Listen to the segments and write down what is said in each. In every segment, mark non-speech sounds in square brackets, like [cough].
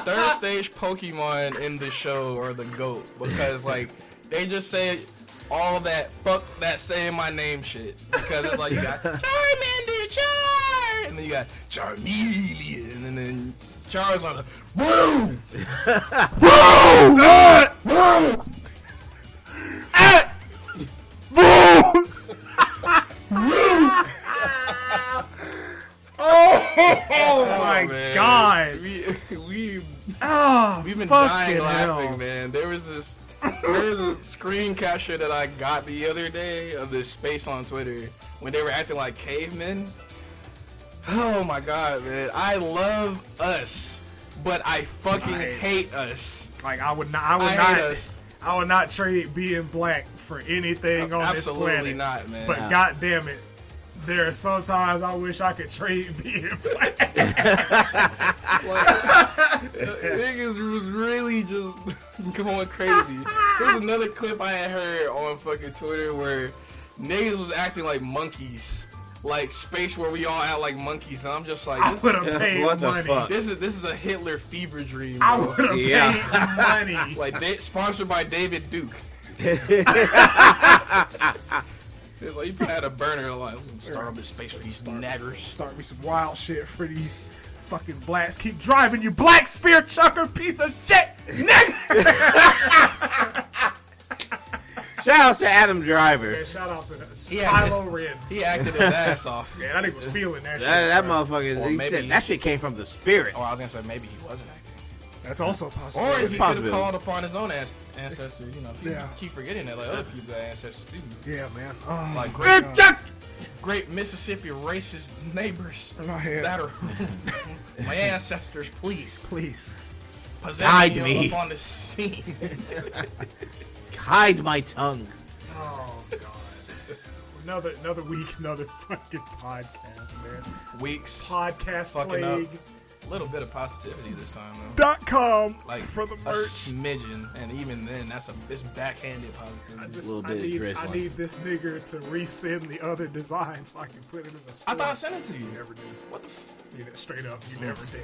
each Pokemon in the show are the goat because like they just say all that fuck that saying my name shit because it's like you [laughs] got Charmander, Char, and then you got Charmeleon, and then Charizard. Woo! Oh my man. god. [laughs] We we Oh, We've been fucking dying laughing, hell. man. There was this there was [laughs] a screen capture that I got the other day of this space on Twitter when they were acting like cavemen. Oh my god, man. I love us, but I fucking Nice. hate us. Like I would not I would I not hate us. I would not trade being black for anything on this Absolutely planet. not, man. But god damn it. There are sometimes I wish I could trade [laughs] being [laughs] black. Niggas was really just [laughs] going crazy. There's another clip I had heard on fucking Twitter where niggas was acting like monkeys, like space where we all act like monkeys, and I'm just I like, would this, have paid What the money. fuck? this is this is a Hitler fever dream. I bro. would have Yeah. paid [laughs] money. Like they, sponsored by David Duke. It's like you probably had a burner like start up in space for these naggers. Start me some wild shit for these fucking blacks. Keep driving, you black spear chucker piece of shit, [laughs] nigga. Shout out to Adam Driver. Man, shout out to that. Yeah. Philo Red. He acted his [laughs] ass off. Man, that nigga was feeling that, That, shit. that bro. motherfucker. Or He maybe- said that shit came from the spirit. Or Oh, I was gonna say maybe he wasn't acting. That's also possible. Or if he could have Possibility. called upon his own as- ancestor, you know, people Yeah. keep forgetting that like other people got ancestors too. yeah, man. Oh, Like my great, Man, God. Chuck- great Mississippi racist neighbors my head. that are [laughs] my ancestors, please Please. possess Guide me me. upon the scene. Hide my tongue. Oh god. Another another week, another fucking podcast, man. Weeks, Podcast Fucking up. plague. little bit of positivity this time though. Dot com Like for the a merch. smidgen, and even then, that's a it's backhanded I positivity. just Little I bit of need dress I on. need this nigga to resend the other design so I can put it in the I, store. thought I sent it to you. you never did. What the? F- You know, straight up, you never did.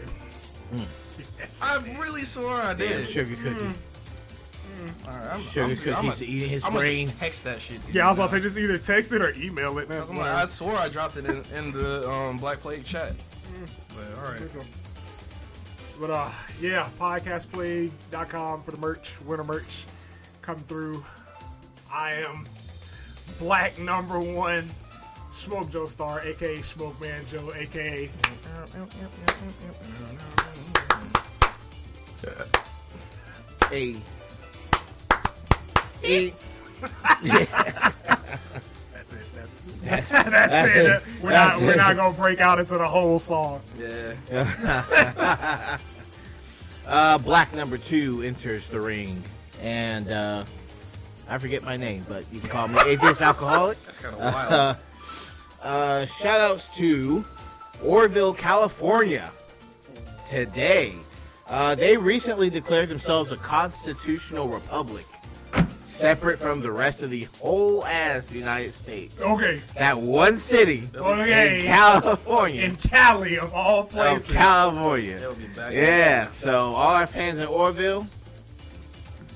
I really swore I did. Damn sugar cookie. All right, I'm, Sugar I'm, I'm, cookies eating his I'm brain. gonna text that shit. to you Yeah, I was about now. to say just either text it or email it. That's I'm like, I swore I dropped it in, in the um, Black Plague chat. Mm. But all right, But uh, yeah, podcastplague.com for the merch, winter merch. Come through. I am black number one, Smoke Joe Star, aka Smoke Man Joe, aka Mm. Hey. Hey. that's it. That's that's, [laughs] it. We're not we're not gonna break out into the whole song. yeah, Uh, black number two enters the ring, and uh, I forget my name, but you can call me atheist alcoholic. that's [laughs] kind of wild. Uh, shout outs to Orville, California. Today, uh, they recently declared themselves a constitutional republic, separate from the rest of the whole ass United States. Okay, That one city okay. in California, in Cali of all of places. California. They'll be back. Yeah, so all our fans in Orville,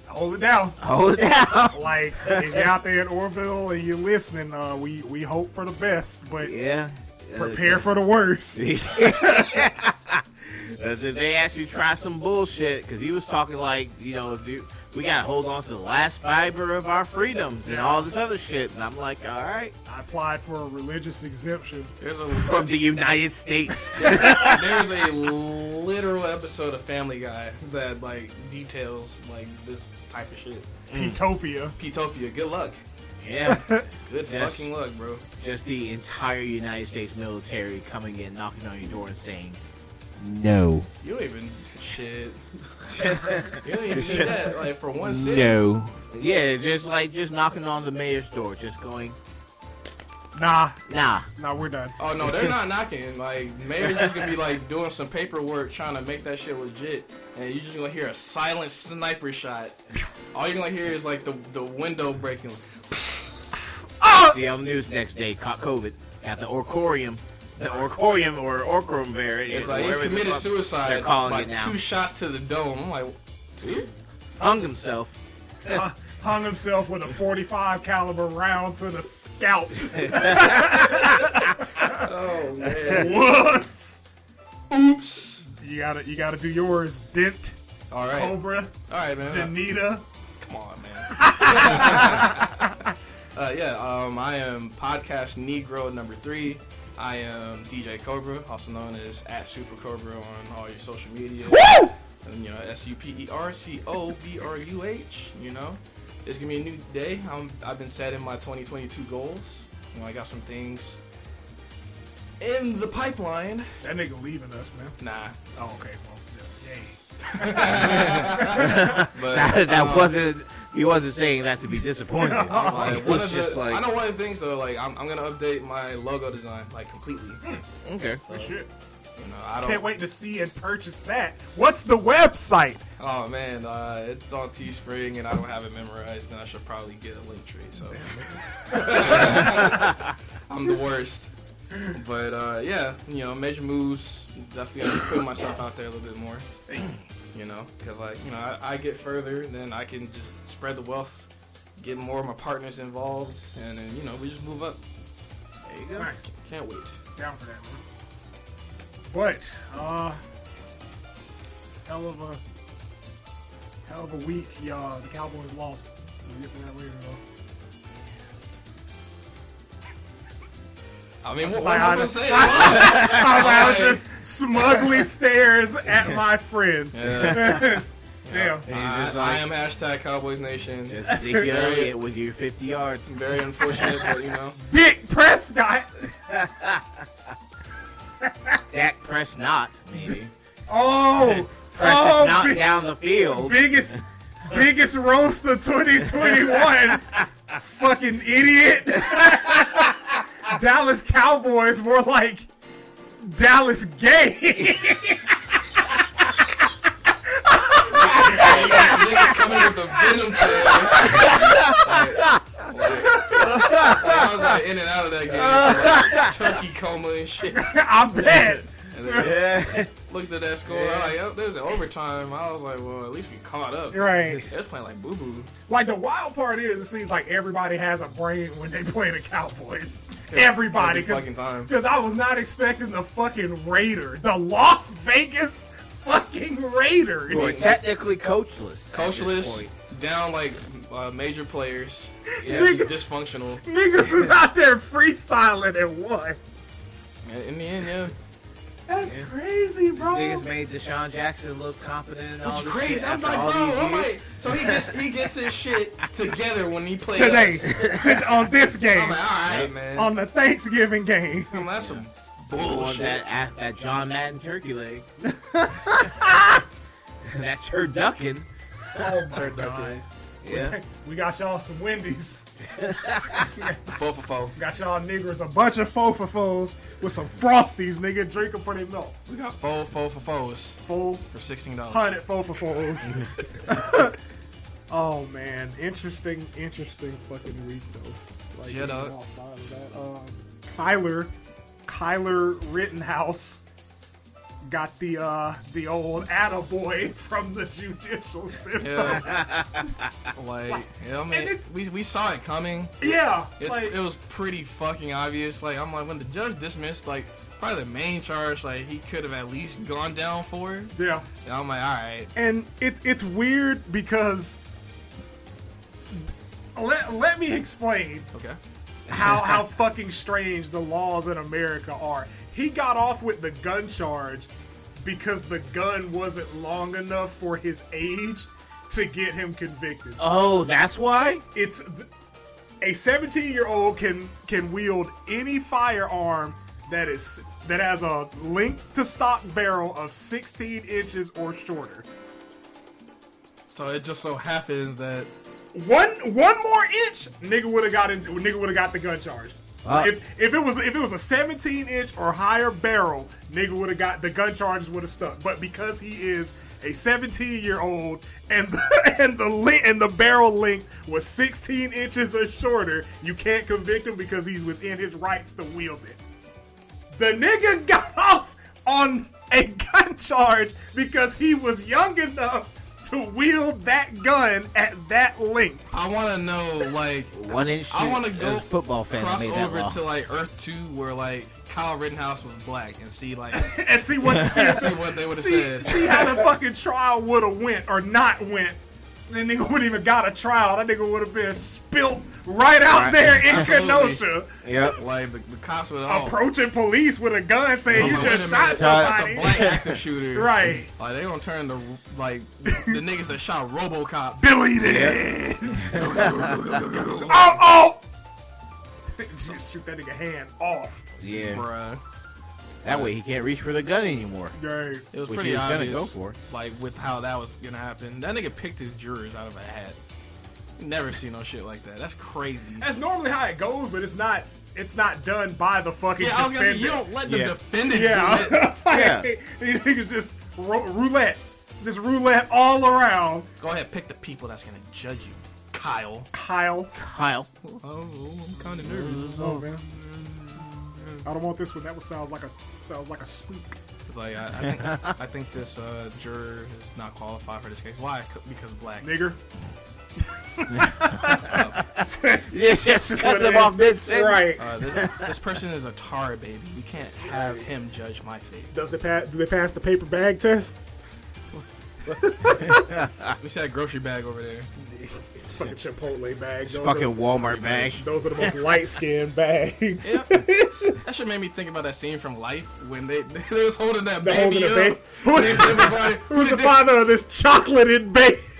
Hold it down. hold [laughs] it down. Like if you're out there in Orville and you're listening, uh, we we hope for the best, but Yeah. prepare for the worst. As if [laughs] they actually try some bullshit, because he was talking like, you know, if you, we got to hold on to the last fiber of our freedoms and all this other shit. And I'm like, all right. I applied for a religious exemption. There's From a the United States. there's a literal episode of Family Guy that like details like this type of shit. Utopia. Petopia, good luck. [laughs] yeah. Good Yes. fucking luck, bro. Just the entire United States military coming in, knocking on your door and saying, no. You don't even shit. [laughs] you don't even do that like for one city. No. Yeah, just like, just knocking on the mayor's door, just going, Nah, nah. nah, we're done. Oh no, they're not knocking. Like Mary's just gonna be like doing some paperwork trying to make that shit legit, and you're just gonna hear a silent sniper shot. All you're gonna hear is like the the window breaking. Uh. See on the news next day, caught COVID at the Orcorium. the Orcorium or Orcrum variant. It's like he's whatever the committed fuck suicide They're calling by it now. two shots to the dome. I'm like, dude, Hung himself. [laughs] Hung- Hung himself with a 45 caliber round to the scalp. oh man, Whoops! oops. You gotta, you gotta do yours. Dent, All right, all Cobra, right, man. Janita. Come on, man. [laughs] uh, yeah, um, I am podcast Negro number three. I am DJ Cobra, also known as at Super Cobra on all your social media. Woo! And, you know, S U P E R C O B R U H. You know, it's gonna be a new day. I'm, I've been setting my 2022 goals. You know, I got some things in the pipeline. That nigga leaving us, man. Nah, Oh, okay. Well, yeah. Yay. [laughs] but That, that um, wasn't. He wasn't saying that to be [laughs] disappointed. Like, one It was of the- just I like know one of the things though. Like I'm, I'm gonna update my logo design like completely. okay. Good shit. You know, I don't. Can't wait to see and purchase that. What's the website? Oh man, uh, it's on Teespring and I don't have it memorized. And I should probably get a link tree. So [laughs] I'm the worst. But uh, yeah, you know, major moves. Definitely gotta put myself out there a little bit more. You know, because like you know, I, I get further, then I can just spread the wealth, get more of my partners involved, and then you know, we just move up. There you go. Nice. Can't wait. Down for that one. But uh, hell of a hell of a week, y'all. The Cowboys lost. We'll get to that later, though. I mean, what, It's what like, am I [laughs] I gonna just- say? Wow. I just smugly stares at my friend. Yeah. [laughs] Damn. And I, he's just I like, am hashtag Cowboys Nation. just Ezekiel Elliott with your 50 yards. Very unfortunate, but you know. Dick Prescott. Dak press not, [laughs] maybe. Oh. Press oh, is not big- down the field. biggest biggest roast of 2021. Fucking idiot. [laughs] Dallas Cowboys more like Dallas gay. [laughs] Hey, you got niggas coming with the venom today. Like, like- like, I was like in and out of that game. for, Like, turkey coma and shit. I bet. And then [laughs] Yeah. looked at that score. I was like, oh, there's an overtime. I was like, well, at least we caught up. Right. They was playing like boo boo. Like the wild part is, it seems like everybody has a brain when they play the Cowboys. Everybody, Every fucking [laughs] time. because I was not expecting the fucking Raiders, the Las Vegas fucking Raiders. We're technically coachless. at this Coachless, point. down like uh, major players. Yeah, Nigga. just dysfunctional. Niggas is out there freestyling and what? Yeah, In the end, yeah. That's crazy, bro. Niggas made Deshaun Jackson look competent and all It's this crazy. shit I'm after like, all bro, these I'm years. like, so he gets he gets his shit together when he plays today us. to- on this I'm like, game all right, man. on the Thanksgiving game. I'm like, that's some Oh, bullshit. that, at, that John Madden [laughs] turkey leg. [laughs] that turducken. Oh Turned up here. Yeah. We got y'all some Wendy's. Four for four. We got y'all niggers a bunch of fofofos with some frosties, nigga. Drink them for their milk. We got four, four for fours Full for sixteen dollars. hundred fofofos. [laughs] oh man, interesting, interesting fucking week though. Like Yeah, even dog. outside of that, um, Kyler, Kyler Rittenhouse. Got the uh the old attaboy [laughs] from the judicial system. Yeah. like, yeah, I mean, it's- we, we saw it coming. [laughs] Yeah, It's, like it was pretty fucking obvious. Like, I'm like, when the judge dismissed, like, probably the main charge, like, he could have at least gone down for it. yeah, And I'm like, all right. and it's it's weird because let let me explain Okay. how how fucking strange the laws in America are. He got off with the gun charge because the gun wasn't long enough for his age to get him convicted. Oh, that's why? It's th- a 17 year old can can wield any firearm that is that has a length to stock barrel of 16 inches or shorter. So it just so happens that One one more inch, nigga would have got in, nigga would have got the gun charge. Ah. if, if it was if it was a 17 inch or higher barrel, nigga would have got the gun charges would have stuck. But because he is a 17 year old and the, [laughs] and the length and the barrel length was 16 inches or shorter, you can't convict him because he's within his rights to wield it. The nigga [laughs] got off on a gun charge because he was young enough to wield that gun at that length. I want to know, like, One inch. I want to shoot. go As a football fan. I cross made that over law. to like Earth Two, where like Kyle Rittenhouse was black, and see [laughs] like And [laughs] see what see, see what they would have see, said. see how the fucking trial would have went or not went. That nigga wouldn't even got a trial. That nigga would have been spilt right out Right. there in Absolutely. Kenosha. Yep. Like the, the cops would all. Approaching police with a gun saying I'm Oh, like, you wait a just shot minute, that's somebody. a black active shooter. [laughs] Right. Like they gonna turn the like [laughs] the niggas that shot RoboCop. Deleted. [laughs] oh, oh! Just shoot that nigga hand off. Yeah. Bruh, That way he can't reach for the gun anymore. Yay. it was Which pretty he was gonna obvious. go for. Like with how that was gonna happen, that nigga picked his jurors out of a hat. Never seen no shit like that. That's crazy. That's normally how it goes, but it's not. It's not done by the fucking yeah, I was gonna say defendant. you don't let the Yeah. defendant yeah, do it. [laughs] It's like, Yeah. these niggas just ro- roulette, just roulette all around. Go ahead, pick the people that's gonna judge you, Kyle. Kyle, Kyle. Oh, I'm kind of nervous. oh man, I don't want this one. That one sounds like a sounds like a spook. It's like I, I, think, [laughs] I think this uh, juror is not qualified for this case. Why? C- Because black. Nigger. [laughs] Yes, yes. what Cut it them is. off mid sentence. Right. Uh, this, this person is a tar baby. We can't have him judge my fate. Does it pass? Do they pass the paper bag test? We see that grocery bag over there. Fucking Chipotle bag. Those Fucking Walmart are, bag. those are the most light skinned bags. [laughs] Yeah. that should made me think about that scene from Life when they [laughs] they was holding that They're baby holding [laughs] the up. ba- They said, "Everybody, who [laughs] Who's did the they- father of this chocolated baby? [laughs]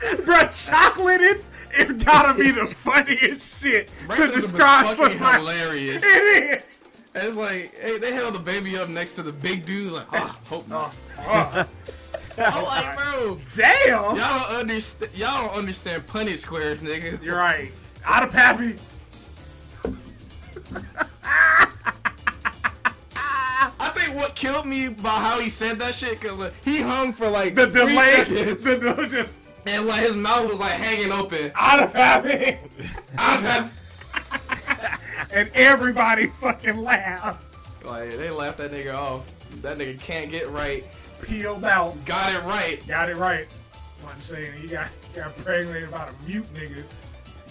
Bruh, chocolated is gotta be the funniest shit to Breakfast was describe fucking somebody. hilarious. It is. And it's like hey, they held the baby up next to the big dude. Like, oh, hope not. Ah, [laughs] I'm like, bro, [laughs] Damn. y'all don't understand. Y'all don't understand punny squares, nigga. You're right. Out of Pappy. I think what killed me about how he said that shit, cause like, he hung for like The three delay. seconds, The del- just and like his mouth was like hanging [laughs] open. [laughs] out of Pappy. I have, And everybody fucking laughed. like they laughed that nigga off. That nigga can't get right. Peeled out. Got it right. Got it right. What I'm saying, he got, got impregnated by a mute nigga.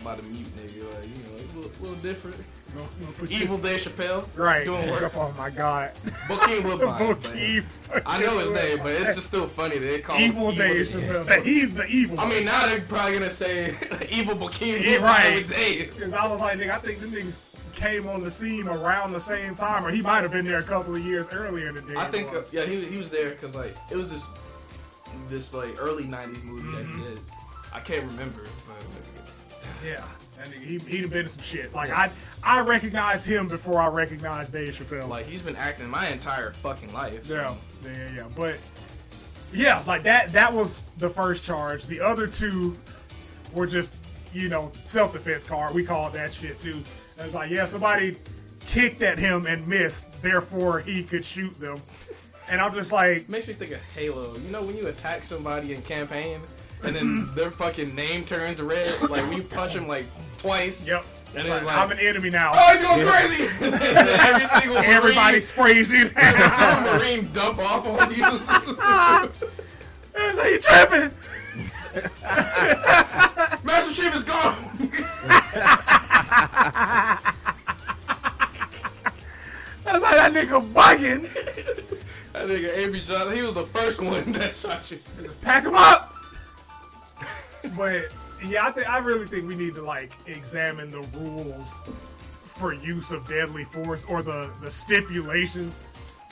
By the mute nigga, like you know, a little, little different. Gonna- gonna put you- Evil Dave Chappelle, [laughs] Right. Doing work. Oh my god. [laughs] Bokeem Woodbine. man. Bokeem. I know his name, but it's just still funny. that They call him evil Dave Chappelle. He's the evil. I mean, now they're probably gonna say [laughs] evil Bokeem Yeah, Woodbine right. with Dave. because I was like, nigga, I think them niggas came on the scene around the same time, or he might have been there a couple of years earlier than Dave. I think uh, was. yeah, he, he was there because like it was this this like early '90s movie that Mm-hmm. he did. I can't remember, but yeah, that nigga, he he'd have been in some shit. Like I I recognized him before I recognized Dave Chappelle. like he's been acting my entire fucking life. so- Yeah, yeah, yeah, yeah. But yeah, like that that was the first charge. The other two were just, you know, self defense card. We called that shit too. And it's like, yeah, somebody kicked at him and missed, therefore he could shoot them. And I'm just like, Makes me think of Halo. You know when you attack somebody in campaign and Mm-hmm. then their fucking name turns red, like when you punch them like twice. yep. And it's like, I'm an enemy now. oh, he's going crazy. [laughs] And then every single [laughs] Everybody Marine, sprays you [laughs] down. every single Marine [laughs] dump off on you. [laughs] It's like, you tripping. Master Chief is gone. [laughs] I was like, that nigga bugging. [laughs] That nigga Avery Johnson, he was the first one that shot you. pack them up. but yeah, I think I really think we need to like examine the rules for use of deadly force or the the stipulations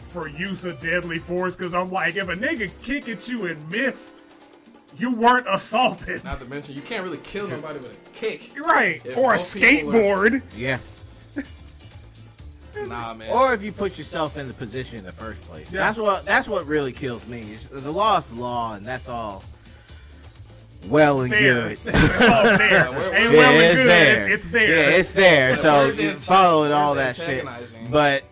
for use of deadly force. Because I'm like, if a nigga kick at you and miss, you weren't assaulted, Not to mention, you can't really kill nobody with a kick. [laughs] right? If or a both people are- [laughs] skateboard. Yeah. Nah, man. Or if you put yourself in the position in the first place. Yeah. That's what that's what really kills me. is the law is law and that's all well and Fair. good. oh, fair. Yeah, we're- Ain't we're- well yeah, and it's good. there. It's, it's there. Yeah, it's there. But so where's the you ant- followed all that where's the shit. antagonizing? But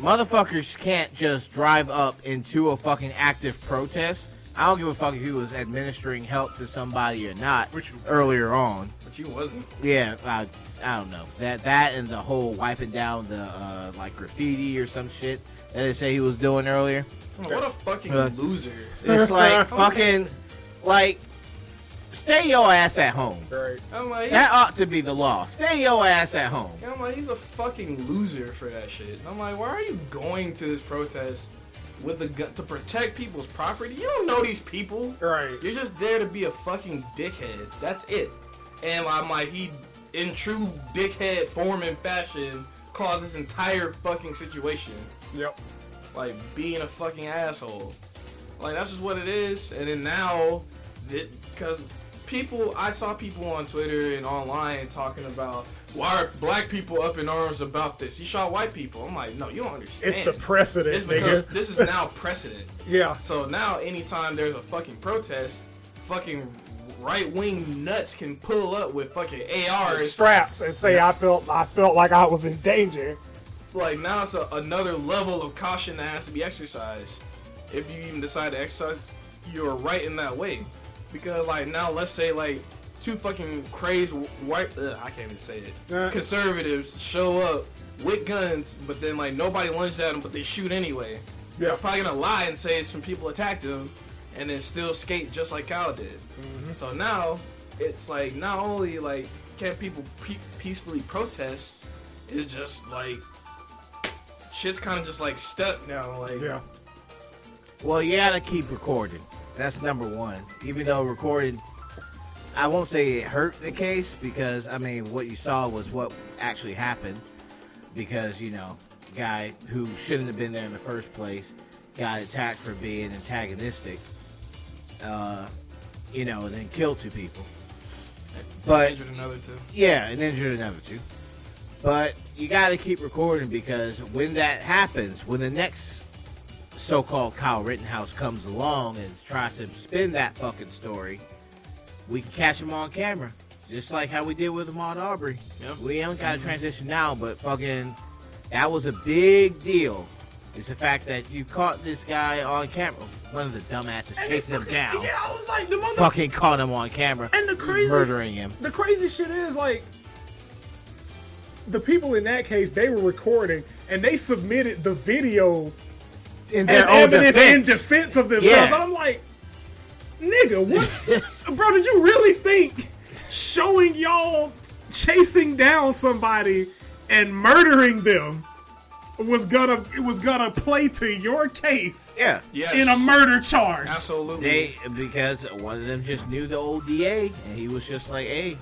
motherfuckers can't just drive up into a fucking active protest, I don't give a fuck if he was administering help to somebody or not Which you- earlier on. But you wasn't. Yeah, I, I don't know that that and the whole wiping down the uh, like graffiti or some shit that they say he was doing earlier. What a fucking Uh, loser. It's like [laughs] fucking like stay your ass at home. Right. I'm like, That ought to be the law. Stay your ass at home. I'm like, he's a fucking loser for that shit. I'm like, why are you going to this protest with the gun to protect people's property? You don't know these people. Right. You're just there to be a fucking dickhead. That's it. And I'm like, he, in true dickhead form and fashion, caused this entire fucking situation. Yep. Like, being a fucking asshole. Like, that's just what it is. And then now, because people, I saw people on Twitter and online talking about, why are black people up in arms about this? He shot white people. I'm like, no, you don't understand. It's the precedent, It's because nigga. this is now precedent. Yeah. So now, anytime there's a fucking protest, fucking right wing nuts can pull up with fucking ARs. Straps and say I felt I felt like I was in danger. Like now, it's a, another level of caution that has to be exercised. If you even decide to exercise your right in that way, because like now, let's say like two fucking crazed white, ugh, I can't even say it, Uh. conservatives show up with guns, but then like nobody lunges at them, but they shoot anyway. Yeah. They're probably gonna lie and say some people attacked him, and then still skate just like Kyle did. Mm-hmm. So now it's like not only like can people pe- peacefully protest, it's just like shit's kind of just like stuck now. Like Yeah. Well, you gotta keep recording. That's number one. Even though recording, I won't say it hurt the case because I mean, what you saw was what actually happened. Because you know, guy who shouldn't have been there in the first place got attacked for being antagonistic. Uh, you know, and then killed two people. But injured another two. yeah, and injured another two. But you got to keep recording because when that happens, when the next so-called Kyle Rittenhouse comes along and tries to spin that fucking story, we can catch him on camera, just like how we did with Ahmaud Aubrey. Yeah. We ain't got to transition now, but fucking, that was a big deal. It's the fact that you caught this guy on camera. One of the dumbasses chasing him down, Yeah, I was like the mother. fucking caught him on camera, And the crazy- murdering him. The crazy shit is like the people in that case they were recording and they submitted the video In as evidence in defense of themselves. Yeah. And I'm like, nigga, what, bro? Did you really think showing y'all chasing down somebody and murdering them was gonna it was gonna play to your case Yeah. Yes. in a murder charge? Absolutely. They because one of them just knew the old DA and he was just like, hey, And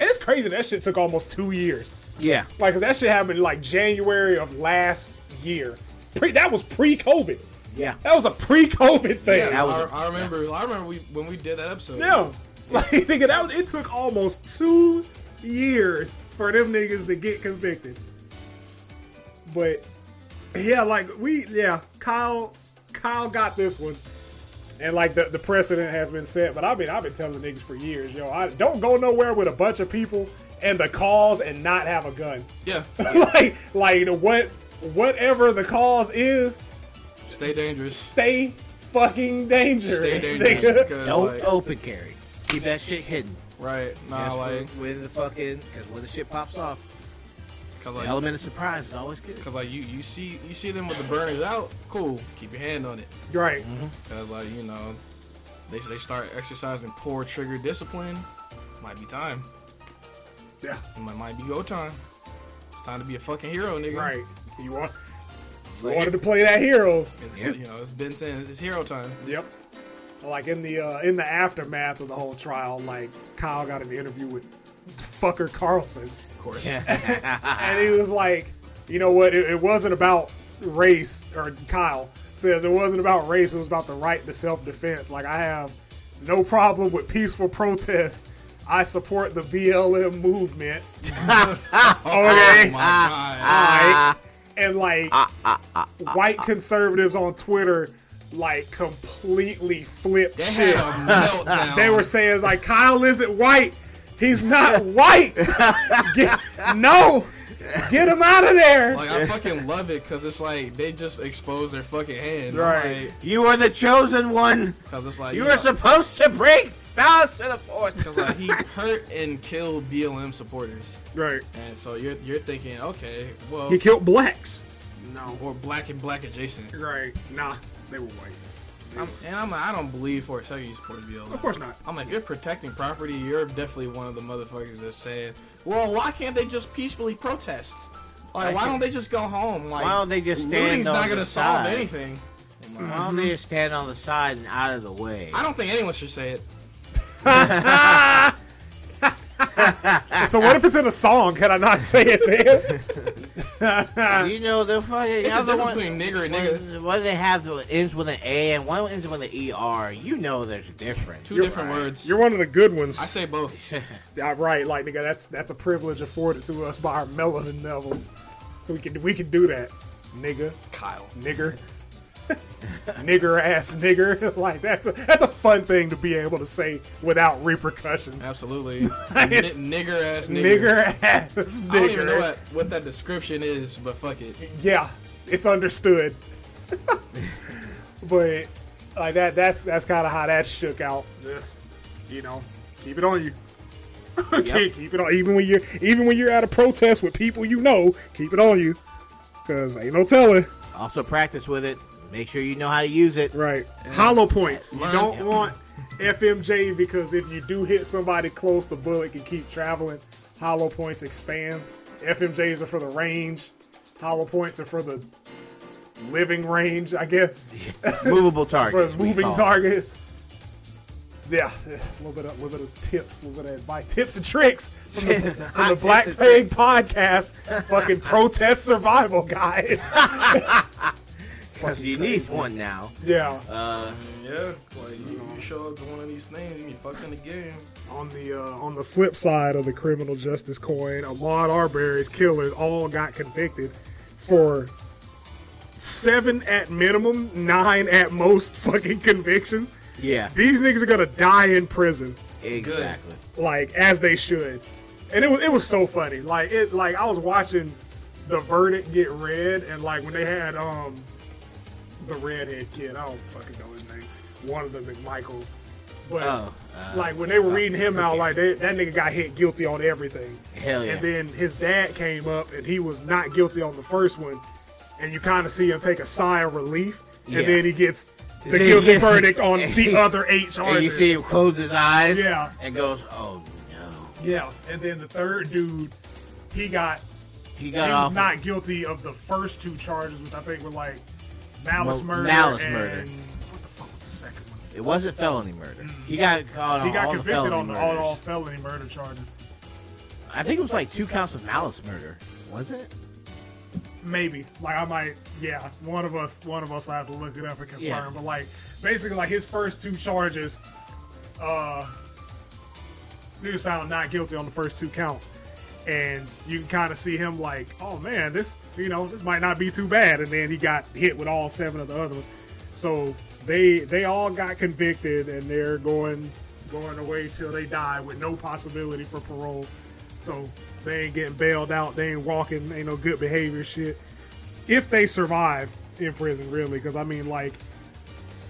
it's crazy that shit took almost two years. yeah, Like, 'cause that shit happened like January of last year. Pre- that was pre-COVID. yeah, That was a pre-COVID thing. yeah, Yeah. that was I a- I remember. I remember we, when we did that episode. [laughs] Like, nigga, that was, it took almost two years for them niggas to get convicted. But yeah, like we, yeah, Kyle, Kyle got this one. And like the, the precedent has been set, but I've been I've been telling niggas for years, yo, I don't go nowhere with a bunch of people and the cause and not have a gun. Yeah. [laughs] like like the what whatever the cause is, Stay [laughs] dangerous. stay fucking Stay dangerous. dangerous. nigga. because, don't like, open carry, keep that shit hidden. Right. Nah. That's Like. when, when the fucking because when the shit pops off, Cause the like. element of surprise is always good. Cause like you, you see you see them with the burners out, cool. Keep your hand on it. [laughs] Right. Cause like you know, they they start exercising poor trigger discipline. Might be time. Yeah. Might might be go time. It's time to be a fucking hero, nigga. Right. You want you Like- wanted to play that hero. It's, Yeah. You know, it's been saying it's hero time. Yep. Like in the uh, in the aftermath of the whole trial, like Kyle got an interview with fucker Carlson, Of course. and he was like, you know what? It, it wasn't about race. Or Kyle says it wasn't about race. It was about the right to self defense. Like I have no problem with peaceful protest. I support the BLM movement. Oh okay. my god. Ah, Alright? And like white conservatives on Twitter like completely flipped They had shit. a meltdown. [laughs] They were saying like Kyle isn't white. He's not white. Get- no. Get him out of there. Like I fucking love it because it's like they just expose their fucking hand. Right. You are the chosen one. Because it's like You yeah. are supposed to bring balance to the force. Cause like he hurt and killed BLM supporters, Right. and so you're you're thinking, okay, well, He killed blacks. No. or black and black adjacent. Right. Nah. They were white. I'm, and I'm I don't believe for a second you support BLM. Of course not. I'm like, if you're protecting property, you're definitely one of the motherfuckers that's saying, well, why can't they just peacefully protest? Like, why don't they just go home? Like, [laughs] Why don't they just stand looting's on not the gonna side? solve anything. Why don't they just stand on the side and out of the way? I don't think anyone should say it. So what if it's in a song? Can I not say it, [laughs] man? You know the fucking It's a other difference one. between nigger and nigga. One one they have that ends with an A and one ends with an ER. You know there's a difference. Two different words. You're one of the good ones. I say both. Yeah, right, like nigga, that's that's a privilege afforded to us by our melanin levels. We can we can do that, nigga, Kyle. nigger, [laughs] nigger ass nigger. [laughs] like that's a, that's a fun thing to be able to say without repercussions. [laughs] Absolutely. Ni- nigger ass nigger. Nigger ass nigger. I don't even know what, what that description is, but fuck it. Yeah, it's understood. but like that that's that's kind of how that shook out. Just You know, keep it on you. [laughs] Yep. keep it on even when you're even when you're at a protest with people you know keep it on you because ain't no telling Also practice with it. Make sure you know how to use it. right hollow points you Learn- don't want fmj because if you do hit somebody close the bullet can keep traveling hollow points expand fmjs are for the range hollow points are for the living range i guess Movable for targets. we moving call it. targets. Yeah, [laughs] a little bit of, little bit of tips, a little bit of advice, tips and tricks from [laughs] the, from the Tips Black and Plague podcast. Fucking protest survival [laughs] guide. 'Cause you need one now. Yeah, Yeah, like you, you show up to one of these things and you fucking the game. on the uh, on the flip side of the criminal justice coin, Ahmaud Arbery's killers all got convicted for seven at minimum, nine at most fucking convictions. Yeah, These niggas are gonna die in prison. exactly. like as they should. And it was it was so funny. Like it like I was watching the verdict get read and like when they had um the redhead kid, I don't fucking know his name. One of the McMichaels. But Oh, uh, like when they were reading him out, like they, that nigga got hit guilty on everything. hell yeah. And then his dad came up and he was not guilty on the first one. And you kind of see him take a sigh of relief. Yeah. And then he gets [laughs] the Then guilty he- verdict on [laughs] the other eight charges. and you see him close his eyes. Yeah. And goes, oh no. Yeah, and then the third dude, he got He he got was off. not guilty of the first two charges, which I think were like malice Mo- murder. malice and murder. What the fuck was the second one? it wasn't felony murder. He got caught Mm. on He got Oh, all the convicted felony on, the, on all murders. felony murder charges. I think it was like two counts of malice murder. Was it? Maybe like I might, yeah. One of us, one of us, I have to look it up and confirm. Yeah. But like basically, like his first two charges, uh, he was found not guilty on the first two counts. And you can kind of see him like, oh man, this you know this might not be too bad. And then he got hit with all seven of the other ones. So they they all got convicted and they're going going away till they die with no possibility for parole. So they ain't getting bailed out. They ain't walking. Ain't no good behavior shit. If they survive in prison, really, because I mean like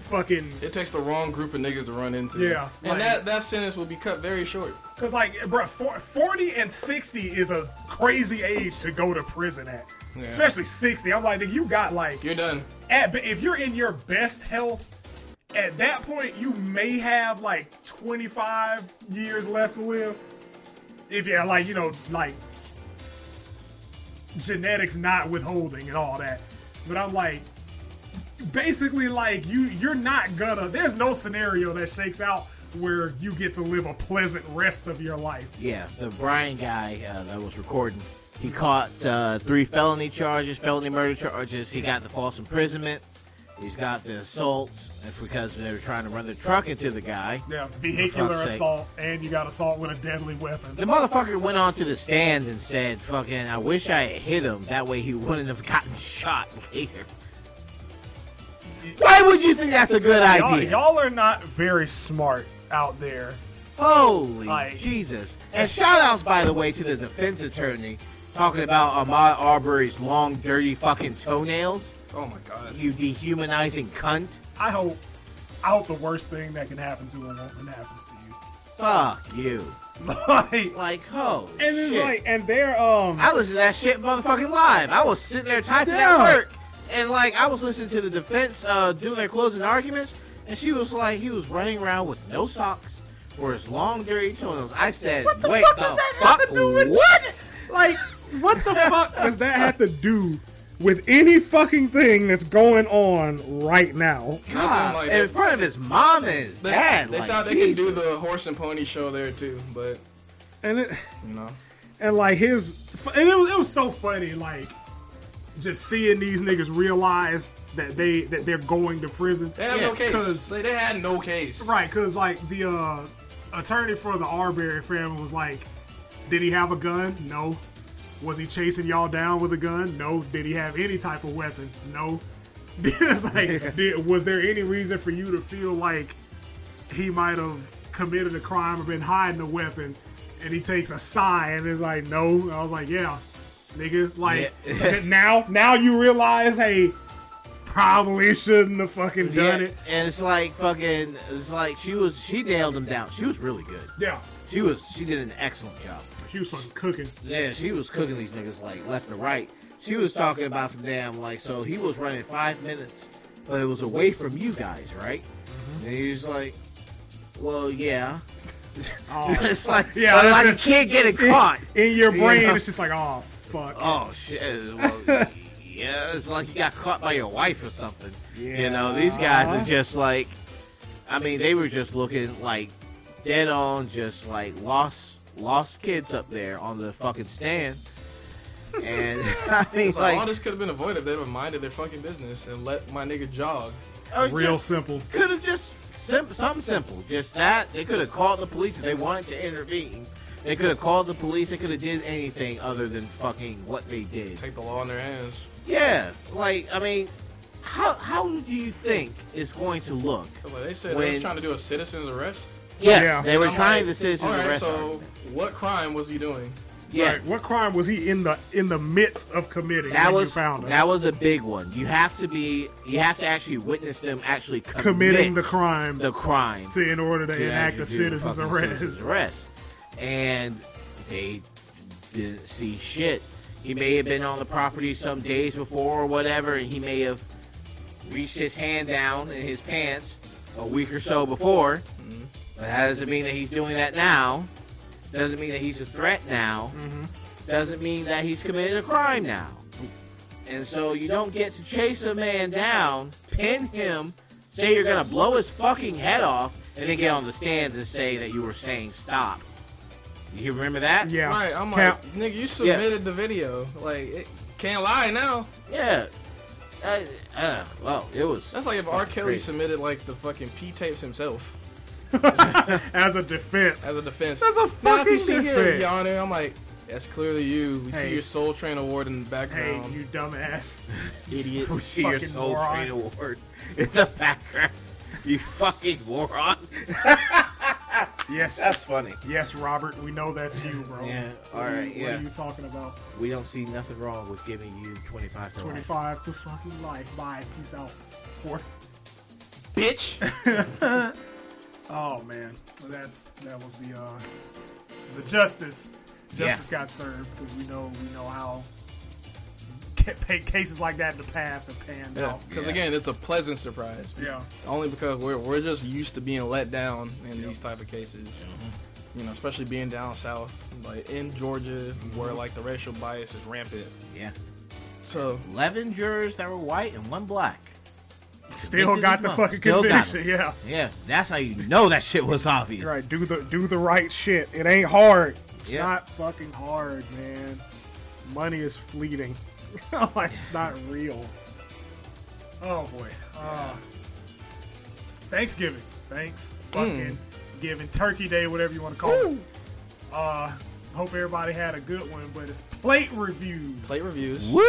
fucking It takes the wrong group of niggas to run into. Yeah, and like- that that sentence will be cut very short. Cause like, bro, forty and sixty is a crazy age to go to prison at. Yeah. Especially sixty. I'm like, nigga, you got like, You're done. at, if you're in your best health, at that point you may have like twenty five years left to live. If you're like, you know, like genetics not withholding and all that. But I'm like, basically like you you're not gonna. There's no scenario that shakes out where you get to live a pleasant rest of your life. Yeah, the Brian guy uh, that was recording. He caught uh, three felony charges, felony murder charges. He got the false imprisonment. He's got the assault. That's because they were trying to run the truck into the guy. Yeah, vehicular fuck's sake. assault, and you got assault with a deadly weapon. The motherfucker went onto the stand and said, "Fucking, I wish I had hit him. That way he wouldn't have gotten [laughs] shot later." Why would you think that's a good Y'all, idea? y'all are not very smart out there. Holy Like- Jesus! And shout outs, by the way, to the defense attorney talking about Ahmad Arbery's long, dirty fucking toenails. Oh my god. You dehumanizing cunt. I hope, I hope the worst thing that can happen to him when happens to you. [laughs] Fuck you. like, Like, oh. and it's shit. like, and they're um, I listened to that shit motherfucking live. I was sitting there typing at Damn. work, and like I was listening to the defense uh, do their closing arguments, and she was like, he was running around with no socks for his long dirty toenails. I said, what the wait, fuck the that fuck? what? Like, what the fuck? does that have to do with any fucking thing that's going on right now? God, like in that. front of his mom and his They, dad. they like, thought they Jesus. could do the horse and pony show there too, but And it. you know. and like his and it was, it was so funny like just seeing these niggas realize that they that they're going to prison They have no Yeah, case. 'cause- They, they had no case. right because like the uh attorney for the arbery family was like did he have a gun no was he chasing y'all down with a gun no did he have any type of weapon no [laughs] it's like did, was there any reason for you to feel like he might have committed a crime or been hiding a weapon and he takes a sigh and is like no And i was like yeah nigga like [laughs] now now you realize hey probably shouldn't have fucking done Yeah, it and it's like fucking, it's like she was, she nailed him down. She was really good. yeah She was, she did an excellent job. he was fucking cooking Yeah, she was cooking these niggas like left and right. She was talking about some damn like so he was running five minutes, but it was away from you guys, right? Mm-hmm. And he was like, "Well, yeah." [laughs] it's like Oh. Yeah, yeah, that's like a just- [laughs] kid getting caught. in your You brain know? it's just like oh fuck oh shit! Well, yeah, it's like you got caught by your wife or something. You know, these guys are just like, I mean, they were just looking like dead on, just like lost lost kids up there on the fucking stand. And [laughs] I mean, So all like, this could have been avoided if they'd have minded their fucking business and let my nigga jog. Oh, real simple could have just sim- something simple, just that. They could have called the police if they wanted to intervene. They could have called the police. They could have did anything other than fucking what they did. Take the law in their hands. Yeah, like I mean, how how do you think it's going to look? Like, they said they When- was trying to do a citizen's arrest. Yes, Yeah. they were I'm trying like, to citizen All right, arrest. so argument. what crime was he doing? yeah, Like, what crime was he in the in the midst of committing that when was you found him? that was a big one. You have to be, you have to actually witness them actually commit committing the crime the crime to, in order to, to enact a actually do the citizen's fucking arrest. citizen's arrest. and they didn't see shit. He may have been on the property some days before or whatever, and he may have reached his hand down in his pants a week or so before. Mm-hmm. But that doesn't mean that he's doing that now. Doesn't mean that he's a threat now. Mm-hmm. Doesn't mean that he's committed a crime now. And so you don't get to chase a man down, pin him, say you're gonna blow his fucking head off, and then get on the stand and say that you were saying stop. You remember that? Yeah, Right, I'm Count- like, nigga, you submitted the video. Like, it, can't lie now. Yeah. Uh, uh, well, it was. That's like if R. Kelly Great. submitted like the fucking P tapes himself [laughs] [laughs] as a defense. as a defense. That's a now, if you fucking see here, defense. Your Honor, I'm like, that's clearly you. We Hey. see your Soul Train award in the Hey, background. you dumbass. [laughs] idiot. We see your fucking Soul moron. Train award [laughs] in the background. You fucking moron. Yes, funny. yes, Robert. We know that's you, bro. Yeah, all right, What yeah. are you talking about? We don't see nothing wrong with giving you 25 to life. Twenty-five to fucking life. Bye. Peace out. Four. [laughs] [laughs] Bitch. Oh man, Well, that's that was the uh, the justice. Yeah. Justice got served because we know we know how ca- pa- cases like that in the past have panned Yeah, out. because Yeah. again, it's a pleasant surprise. Yeah, Only because we're, we're just used to being let down in these type of cases. You know, especially being down south, like in Georgia, where Mm-hmm. like the racial bias is rampant. Yeah. So 11 jurors that were white and one black. still Convicted got as the well. fucking Still got conviction. Yeah, Yeah, that's how you know that shit was obvious. You're right. Do the do the right shit. It ain't hard. It's Yeah. not fucking hard, man. Money is fleeting. [laughs] like it's not real. Oh boy. Uh, Thanksgiving. Thanks. Fucking giving Turkey Day, whatever you want to call it. Uh, hope everybody had a good one, but it's plate review. plate reviews. Woo!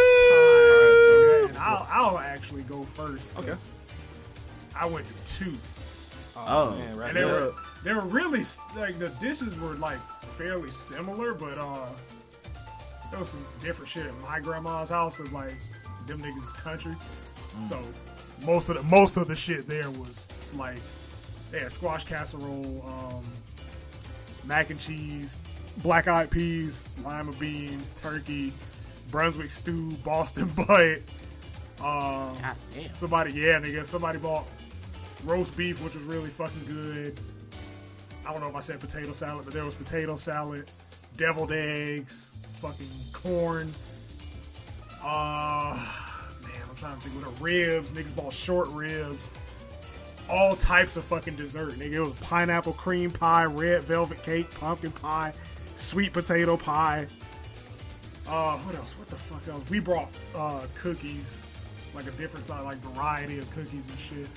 And I'll, I'll actually go first. Okay. 'cause I went to two. Oh. man, right And they there. were they were really s- like the dishes were like fairly similar, but uh there was some different shit at my grandma's house was like them niggas is country. Mm. So most of the most of the shit there was like they had squash casserole, um, mac and cheese, black eyed peas, lima beans, turkey, Brunswick stew, Boston [laughs] butt. Um, God damn. Somebody, yeah, nigga, somebody bought roast beef, which was really fucking good. I don't know if I said potato salad, but there was potato salad, deviled eggs, fucking corn. Uh, man, I'm trying to think what the ribs. Niggas bought short ribs. All types of fucking dessert, nigga. It was pineapple cream pie, red velvet cake, pumpkin pie, sweet potato pie. Uh, what else? What the fuck else? We brought uh cookies, like a different uh, like variety of cookies and shit.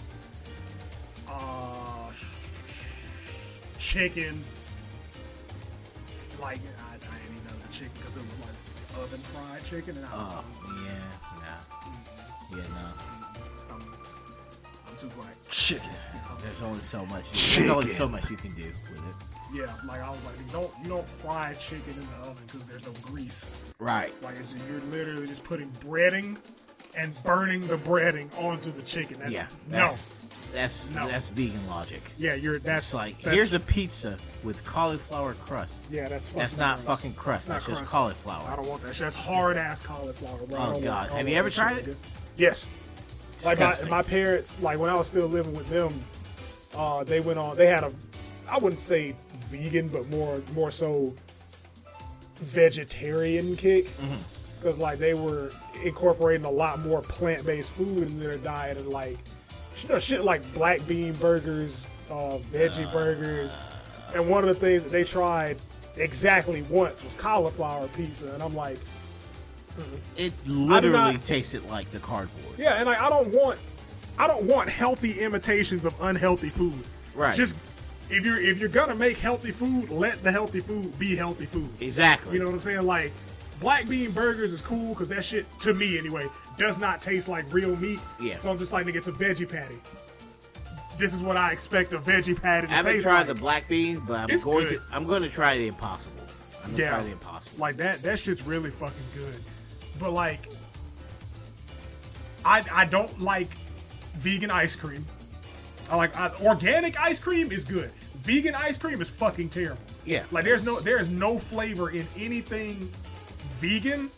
Uh, chicken. Like I, I didn't even know the chicken because it was like oven fried chicken, and I was Oh, yeah, nah. Yeah, no. I'm, I'm, I'm too black. Chicken. There's only so much. You, there's only so much you can do with it. Yeah, like I was like, you don't you don't fry chicken in the oven because there's no grease. Right. Like it's, you're literally just putting breading and burning the breading onto the chicken. That's, Yeah. No. That's No. that's vegan logic. Yeah, you're that's It's like that's, here's a pizza with cauliflower crust. yeah that's fucking That's not gross. fucking crust. Not That's just crust. I cauliflower. don't want that shit. That's hard ass cauliflower. Bro. I Oh, don't want- God. I don't Have you want ever that tried shit, it? nigga. Yes. Like my, Disgusting. my parents, like when I was still living with them, uh, they went on. They had a, I wouldn't say vegan, but more more so vegetarian kick, because like they were incorporating a lot more plant based food in their diet and like, you know, shit like black bean burgers, uh, veggie burgers, and one of the things that they tried exactly once was cauliflower pizza, and I'm like, It literally not- tasted like the cardboard. yeah, and like I don't want, I don't want healthy imitations of unhealthy food. Right. Just if you're if you're gonna make healthy food, let the healthy food be healthy food. Exactly. You know what I'm saying? Like black bean burgers is cool because that shit to me anyway does not taste like real meat. Yeah. So I'm just like, nigga, it's a veggie patty. This is what I expect a veggie patty to I haven't taste tried like. the black beans, but I'm It's going good. to. I'm going to try the impossible. I'm gonna Yeah. try the impossible. Like that that shit's really fucking good. But like I I don't like vegan ice cream. I like I, organic ice cream is good. Vegan ice cream is fucking terrible. Yeah. Like there's no there is no flavor in anything vegan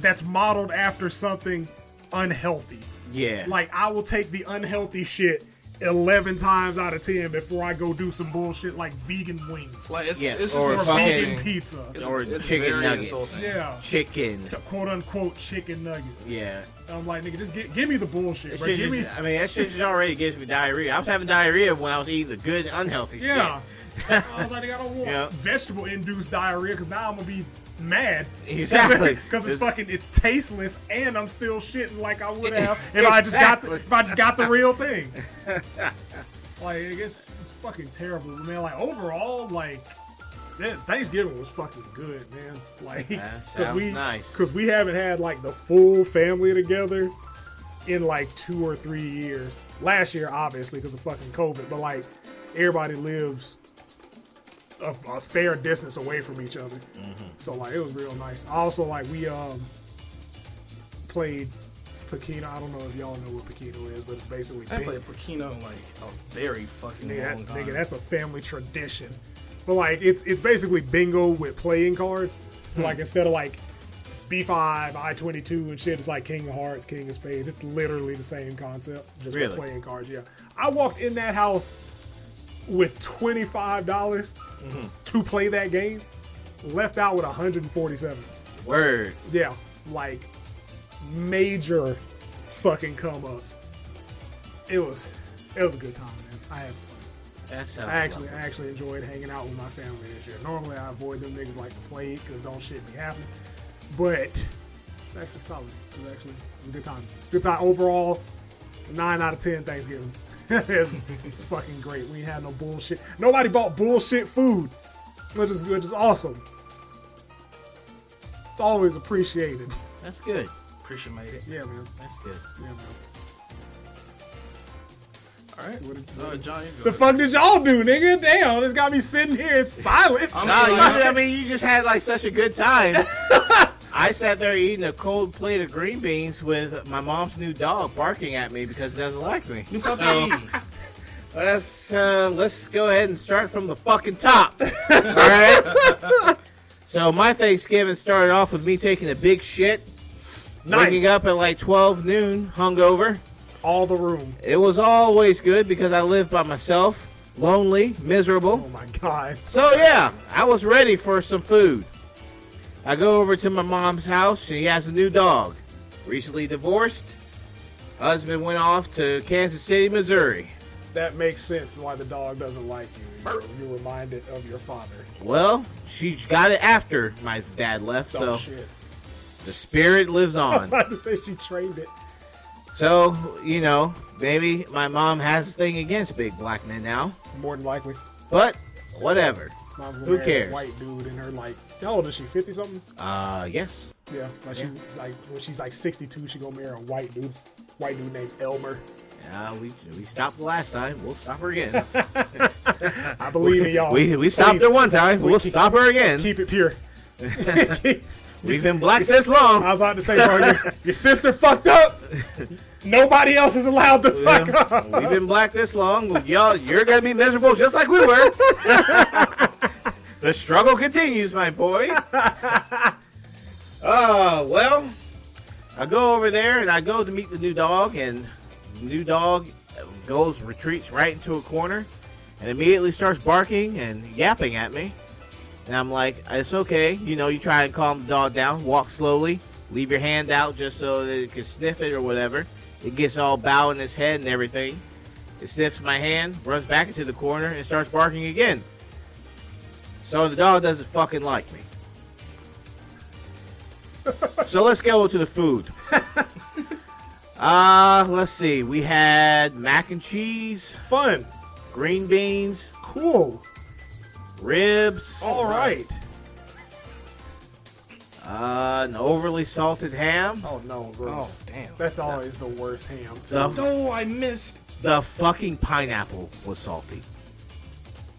that's modeled after something unhealthy. yeah. Like I will take the unhealthy shit 11 times out of 10 before I go do some bullshit like vegan wings Like it's, Yeah, it's just or or insulting. vegan pizza. or It's chicken very nuggets. insulting. Yeah. Chicken. the quote unquote chicken nuggets. Yeah. I'm like, nigga, just gi- give me the bullshit, That bro. shit Give me, just- I mean, that shit just already gives me diarrhea. I was having diarrhea when I was eating the good and unhealthy yeah. I was like, nigga, I don't want Yeah. vegetable induced diarrhea because now I'm gonna be mad. shit. [laughs] [laughs] Exactly. Because it's fucking, it's tasteless, and I'm still shitting like I would have if I just got the, Exactly. if I just got the real [laughs] thing. like it's, it's fucking terrible, man. Like overall, like that Thanksgiving was fucking good, man. [laughs] Like That sounds we nice. because we haven't had like the full family together in like two or three years. Last year, obviously, because of fucking COVID, but like everybody lives a, a fair distance away from each other. So like it was real nice. Also like we um played Pekino. I don't know if y'all know what Pekino is, but it's basically I bing- played Pacino in like a very fucking nigga, long that- time. nigga, that's a family tradition. But like it's it's basically bingo with playing cards. Hmm. So like instead of like B five, I twenty two and shit, it's like King of Hearts, King of Spades. It's literally the same concept. Just with Really? playing cards, yeah. I walked in that house with twenty five dollars Mm-hmm. to play that game, left out with 147. Word. Yeah, like major fucking come ups. It was it was a good time, man. I had fun. That sounds. I actually I lovely. actually enjoyed hanging out with my family this year. Normally I avoid them niggas like the plague because don't shit be happening. But it's actually solid. It was actually it was a good time. It's a good time overall. Nine out of ten Thanksgiving. [laughs] it's, it's fucking great. We ain't had no bullshit. Nobody bought bullshit food, which is which is awesome. It's always appreciated. That's good. Appreciate it. Yeah, man. That's good. Yeah, man. All right. What is- Uh, John, you The go. fuck did y'all do, nigga? Damn, it's got me sitting here in silence. I'm No, like- [laughs] you, I mean, you just had like such a good time. I sat there eating a cold plate of green beans with my mom's new dog barking at me because it doesn't like me. So [laughs] let's uh, let's go ahead and start from the [laughs] fucking top. All right. So my Thanksgiving started off with me taking a big shit, waking up at like 12 noon, hungover. All the room. It was always good because I lived by myself, lonely, miserable. Oh my god. So yeah, I was ready for some food. I go over to my mom's house. She has a new dog, recently divorced. Husband went off to Kansas City, Missouri. That makes sense why the dog doesn't like you. You're, you're reminded of your father. Well, she got it after my dad left, Oh so shit. the spirit lives [laughs] I was on. about to say she trained it. So, you know, maybe my mom has a thing against big black men now, More than likely. but whatever. Mom's Who married a cares? White dude in her like how old is she? Fifty something? Uh, yes. Yeah. Like Yeah. she's like when she's like sixty two, she gonna marry a white dude. White dude named Elmer. [laughs] Uh, we, we stopped the last time. We'll stop [laughs] her again. I believe in y'all. we, we stopped Oh, Please, her one time. We'll keep- stop her again. Keep it pure. [laughs] [laughs] We've been black this long. I was about to say, bro, your, your sister fucked [laughs] up. Nobody else is allowed to fuck up. Yeah. We've been black this long. Y'all, you're gonna be miserable just like [laughs] we were. the struggle continues, my boy. [laughs] Uh, well, I go over there and I go to meet the new dog, and the new dog goes retreats right into a corner, and immediately starts barking and yapping at me. And I'm like, it's okay. You know, you try and calm the dog down, walk slowly, leave your hand out just so that it can sniff it or whatever. It gets all bowing its head and everything. It sniffs my hand, runs back into the corner, and starts barking again. So the dog doesn't fucking like me. so let's go to the food. Uh, let's see. We had mac and cheese, Fun. green beans, Cool. ribs. All right. Uh, an overly salted ham. Oh no, Oh gross. damn. That's always the worst ham. Too. The, Oh, No, I missed. the fucking pineapple was salty.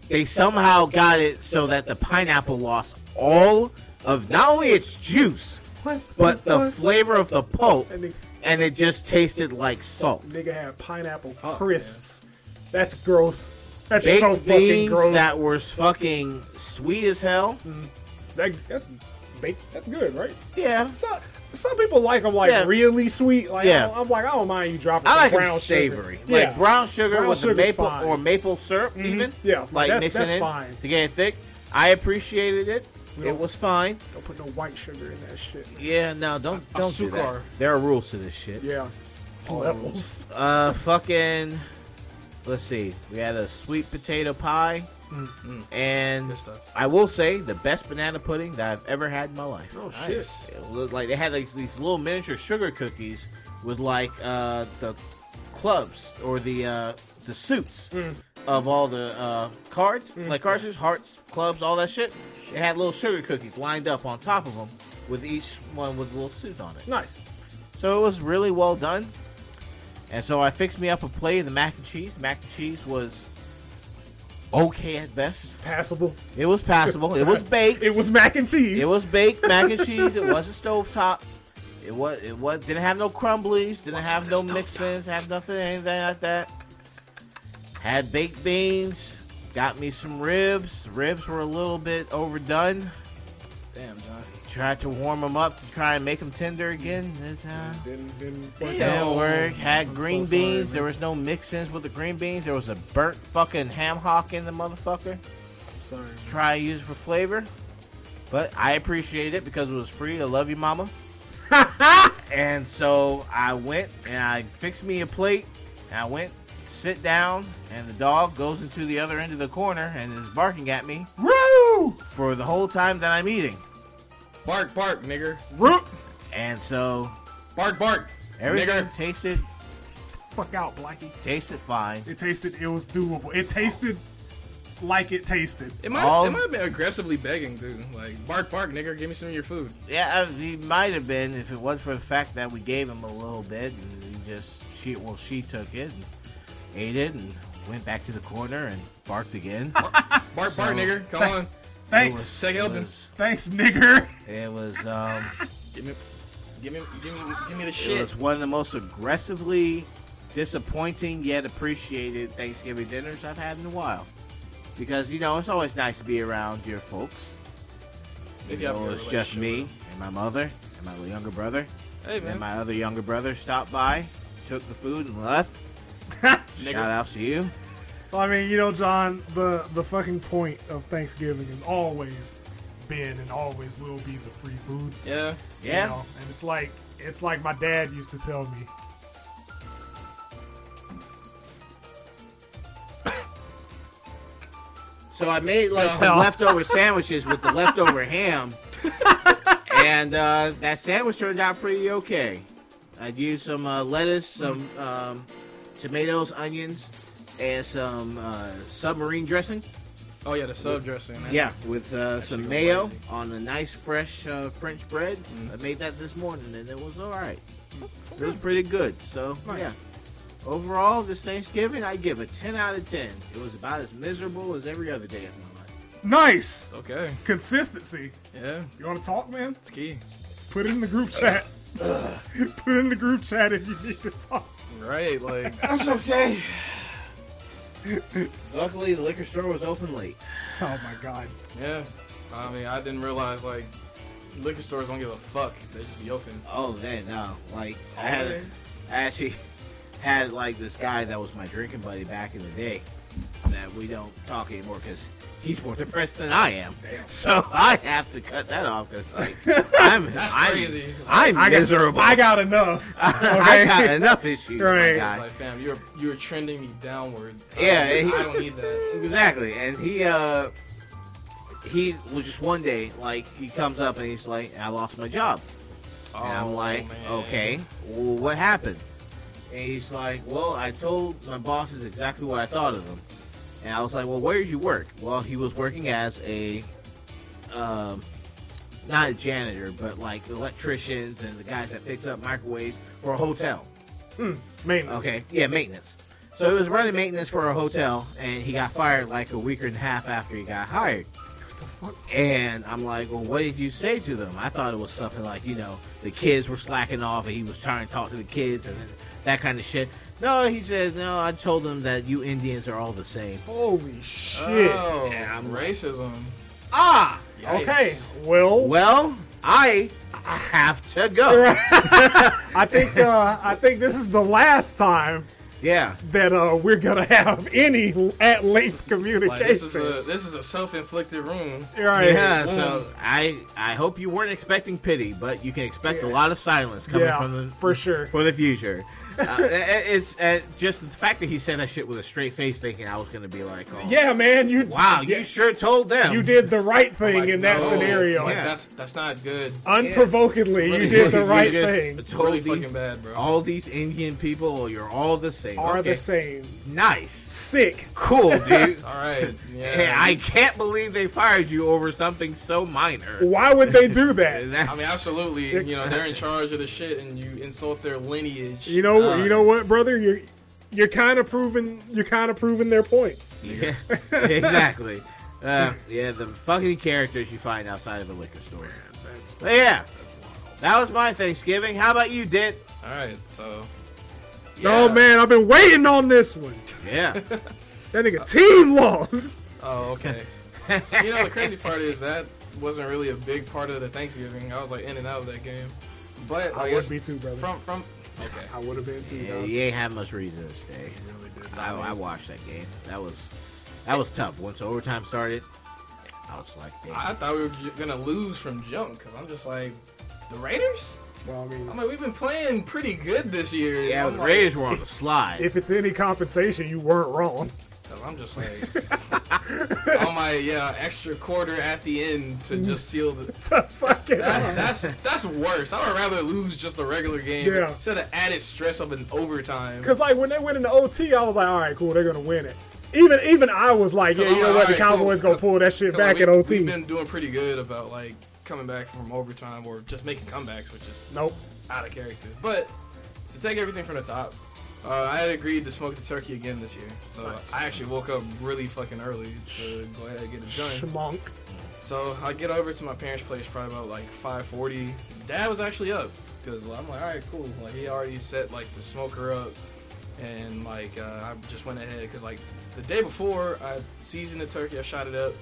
They somehow got it so that the pineapple lost all of not only its juice, What? but the What? flavor of the pulp, That nigga, and it just tasted like salt. nigga had pineapple crisps. That's gross. That's Baked so fucking beans gross. that were fucking sweet as hell. That- that's baked. That's good, right? Yeah, Some, some people like them like Yeah. really sweet. Like Yeah. I don't- I'm like I don't mind you dropping. I some like brown them savory, Sugar. like yeah. brown sugar Brown with the sugar's maple fine. Mm-hmm. or maple syrup, even. Yeah, like that's- mixing that's it fine. to get it thick. I appreciated it. We It don't- was fine. Don't put no white sugar in that shit. Yeah, no, don't A- don't do that. asukar. There are rules to this shit. Yeah. Oh, It's levels. Uh, fucking. Let's see. We had a sweet potato pie, and Good stuff. I will say the best banana pudding that I've ever had in my life. Oh Nice. It looked like they had like, these little miniature sugar cookies with like uh, the clubs or the uh, the suits of all the uh, cards, like card suits, hearts, clubs, all that shit. They had little sugar cookies lined up on top of them, with each one with a little suit on it. Nice. So it was really well done. And so I fixed me up a plate of the mac and cheese. Mac and cheese was okay at best. Passable. It was passable. It was baked. It was mac and cheese. It was baked mac and cheese. It wasn't stovetop. It was. It was. Didn't have no crumblies. Didn't have no mix-ins. Have nothing. Anything like that. Had baked beans. Got me some ribs. Ribs were a little bit overdone. Damn, John. Tried to warm them up to try and make them tender again. That's, uh, Didn't, didn't work Yeah. out. didn't work. Had I'm green so sorry, beans. man. there was no mix-ins with the green beans. There was a burnt fucking ham hock in the motherfucker. I'm sorry. man. Try and use it for flavor, but I appreciate it because it was free. I love [laughs] you, mama. and so I went and I fixed me a plate. And I went to sit down, and the dog goes into the other end of the corner and is barking at me Woo! for the whole time that I'm eating. Bark, bark, nigger. Root. And so Bark, bark. everything Nigger. tasted Fuck out, Blackie. tasted fine. It tasted. It was doable. It tasted like it tasted. It might, All- it might have been aggressively begging, dude. Like, bark, bark, nigger, give me some of your food. Yeah, I- he might have been if it wasn't for the fact that we gave him a little bit and he just she well she took it and ate it and went back to the corner and barked again. Bark, [laughs] bark, nigger, come on. It was- Thanks. Second it helping. was, Thanks, nigger. it was um Give me, give me, give me, give me the It shit. was one of the most aggressively disappointing yet appreciated Thanksgiving dinners I've had in a while. Because, you know, it's always nice to be around your folks. Maybe You I'll know, be in a it's just me relationship and my mother and my younger brother. with her. Hey And then man, my other younger brother stopped by, took the food, and [laughs] left. Nigga. Shout outs to you. [laughs] Well, I mean, you know, John, the the fucking point of Thanksgiving is always been and always will be the free food. yeah. Yeah. You know? And it's like it's like my dad used to tell me. So I made like some [laughs] Well. leftover sandwiches with the leftover ham, and uh, that sandwich turned out pretty okay. I used some uh, lettuce, some um, tomatoes, onions, and some uh, submarine dressing. Oh yeah, the sub dressing. Man. Yeah, with uh, some Actually, mayo amazing. on a nice fresh uh, French bread. I made that this morning, and it was all right. It was pretty good. So Nice. yeah. Overall, this Thanksgiving, I give a 10 out of 10. It was about as miserable as every other day of my life. Nice Okay. consistency. Yeah, You want to talk, man? it's key. Put it in the group chat. [laughs] Put it in the group chat if you need to talk. Right, like That's okay. Luckily, the liquor store was open late. Oh my god. yeah. I mean, I didn't realize like liquor stores don't give a fuck. They just be open. Oh, man, no. Like, Oh, I had, a, I actually [laughs] had like this guy that was my drinking buddy back in the day that we don't talk anymore because he's more depressed than I am. [laughs] So I have to cut that off because [laughs] like I'm, That's I'm, crazy. I'm I got- miserable. I got enough. [laughs] I got enough issues. my Right. guy. It's like, fam, you're you're trending me downward. Yeah, I, he- I don't need that. Exactly, and he uh he was just one day like he comes up and he's like, "I lost my job," [laughs] and I'm Oh, like, man. "Okay, well, what happened?" And he's like, "Well, I told my bosses exactly what I thought of them," and I was like, "Well, where did you work?" Well, he was working as a um not a janitor, but like electricians and the guys that fix up microwaves for a hotel. Maintenance. Okay. Yeah, maintenance. So he was running maintenance for a hotel, and he got fired like a week and a half after he got hired. And I'm like, well, what did you say to them? I thought it was something like, you know, the kids were slacking off, and he was trying to talk to the kids and that kind of shit. No, he says, no, I told them that you Indians are all the same. Holy shit. Oh, Yeah, I'm- racism. Ah, Yikes. okay. Well, well, I have to go. [laughs] I think uh, I think this is the last time Yeah. that uh, we're gonna have any at length Like this is communication. a this is a self-inflicted wound. right. Mm. Yeah, so I I hope you weren't expecting pity, but you can expect a lot of silence coming Yeah, from the for sure. for the future. Uh, [laughs] i- i- it's uh, just the fact that he said that shit with a straight face, thinking I was gonna be like, oh, Yeah, man, you wow, yeah, you sure told them." you did the right thing Like, in that no, scenario. Like, Yeah. That's that's not good. Unprovokably, Really you did the fucking- right just thing. Told really these, fucking bad, bro. all these Indian people, oh, you're all the same. Are okay. the same. Nice, Sick. [laughs] cool, dude. All [laughs] right. Yeah. Hey, I can't believe they fired you over something so minor. Why would they do that? And that's- I mean, absolutely. You know, [laughs] they're in charge of the shit, and you insult their lineage. You know, Uh, you know what, brother? You're you're kind of proving you're kind of proving their point. [laughs] Yeah, exactly. Uh, yeah, the fucking characters you find outside of a liquor store. But yeah, that was my Thanksgiving. How about you, Dent? All right. So. Oh Yeah. man, I've been waiting on this one. Yeah. That nigga team lost. Oh, okay. you know, the crazy part is that wasn't really a big part of the Thanksgiving. I was like in and out of that game. But I, I would guess be too, brother. Oh, from from okay. I would have been too. yeah dog. you ain't have much reason to stay. Really did. I, I watched that game. That was that was tough. Once overtime started, I was like, damn. I thought we were ju- gonna lose from jump because I'm just like the Raiders. Well, I mean, I'm like we've been playing pretty good this year. Yeah, I'm the like- Raiders were [laughs] on the slide. if it's any compensation, you weren't wrong. [laughs] 'cause I'm just like on my yeah extra quarter at the end to just seal the. To fucking [laughs] That's that's that's worse. I would rather lose just a regular game Yeah. instead of added stress of an overtime. Because like when they went into OT, I was like, all right, cool, they're gonna win it. Even even I was like, yeah, you know what, the Alright, cool. Cowboys gonna pull that shit So, back we, in OT. We've been doing pretty good about like coming back from overtime or just making comebacks, which is Nope. out of character. But to take everything from the top, uh, I had agreed to smoke the turkey again this year, so I actually woke up really fucking early to go ahead and get it done. Schmonk. So I get over to my parents' place probably about like 5:40. dad was actually up because I'm like, all right, cool. Like he already set like the smoker up, and like uh, I just went ahead because like the day before I seasoned the turkey, I shot it up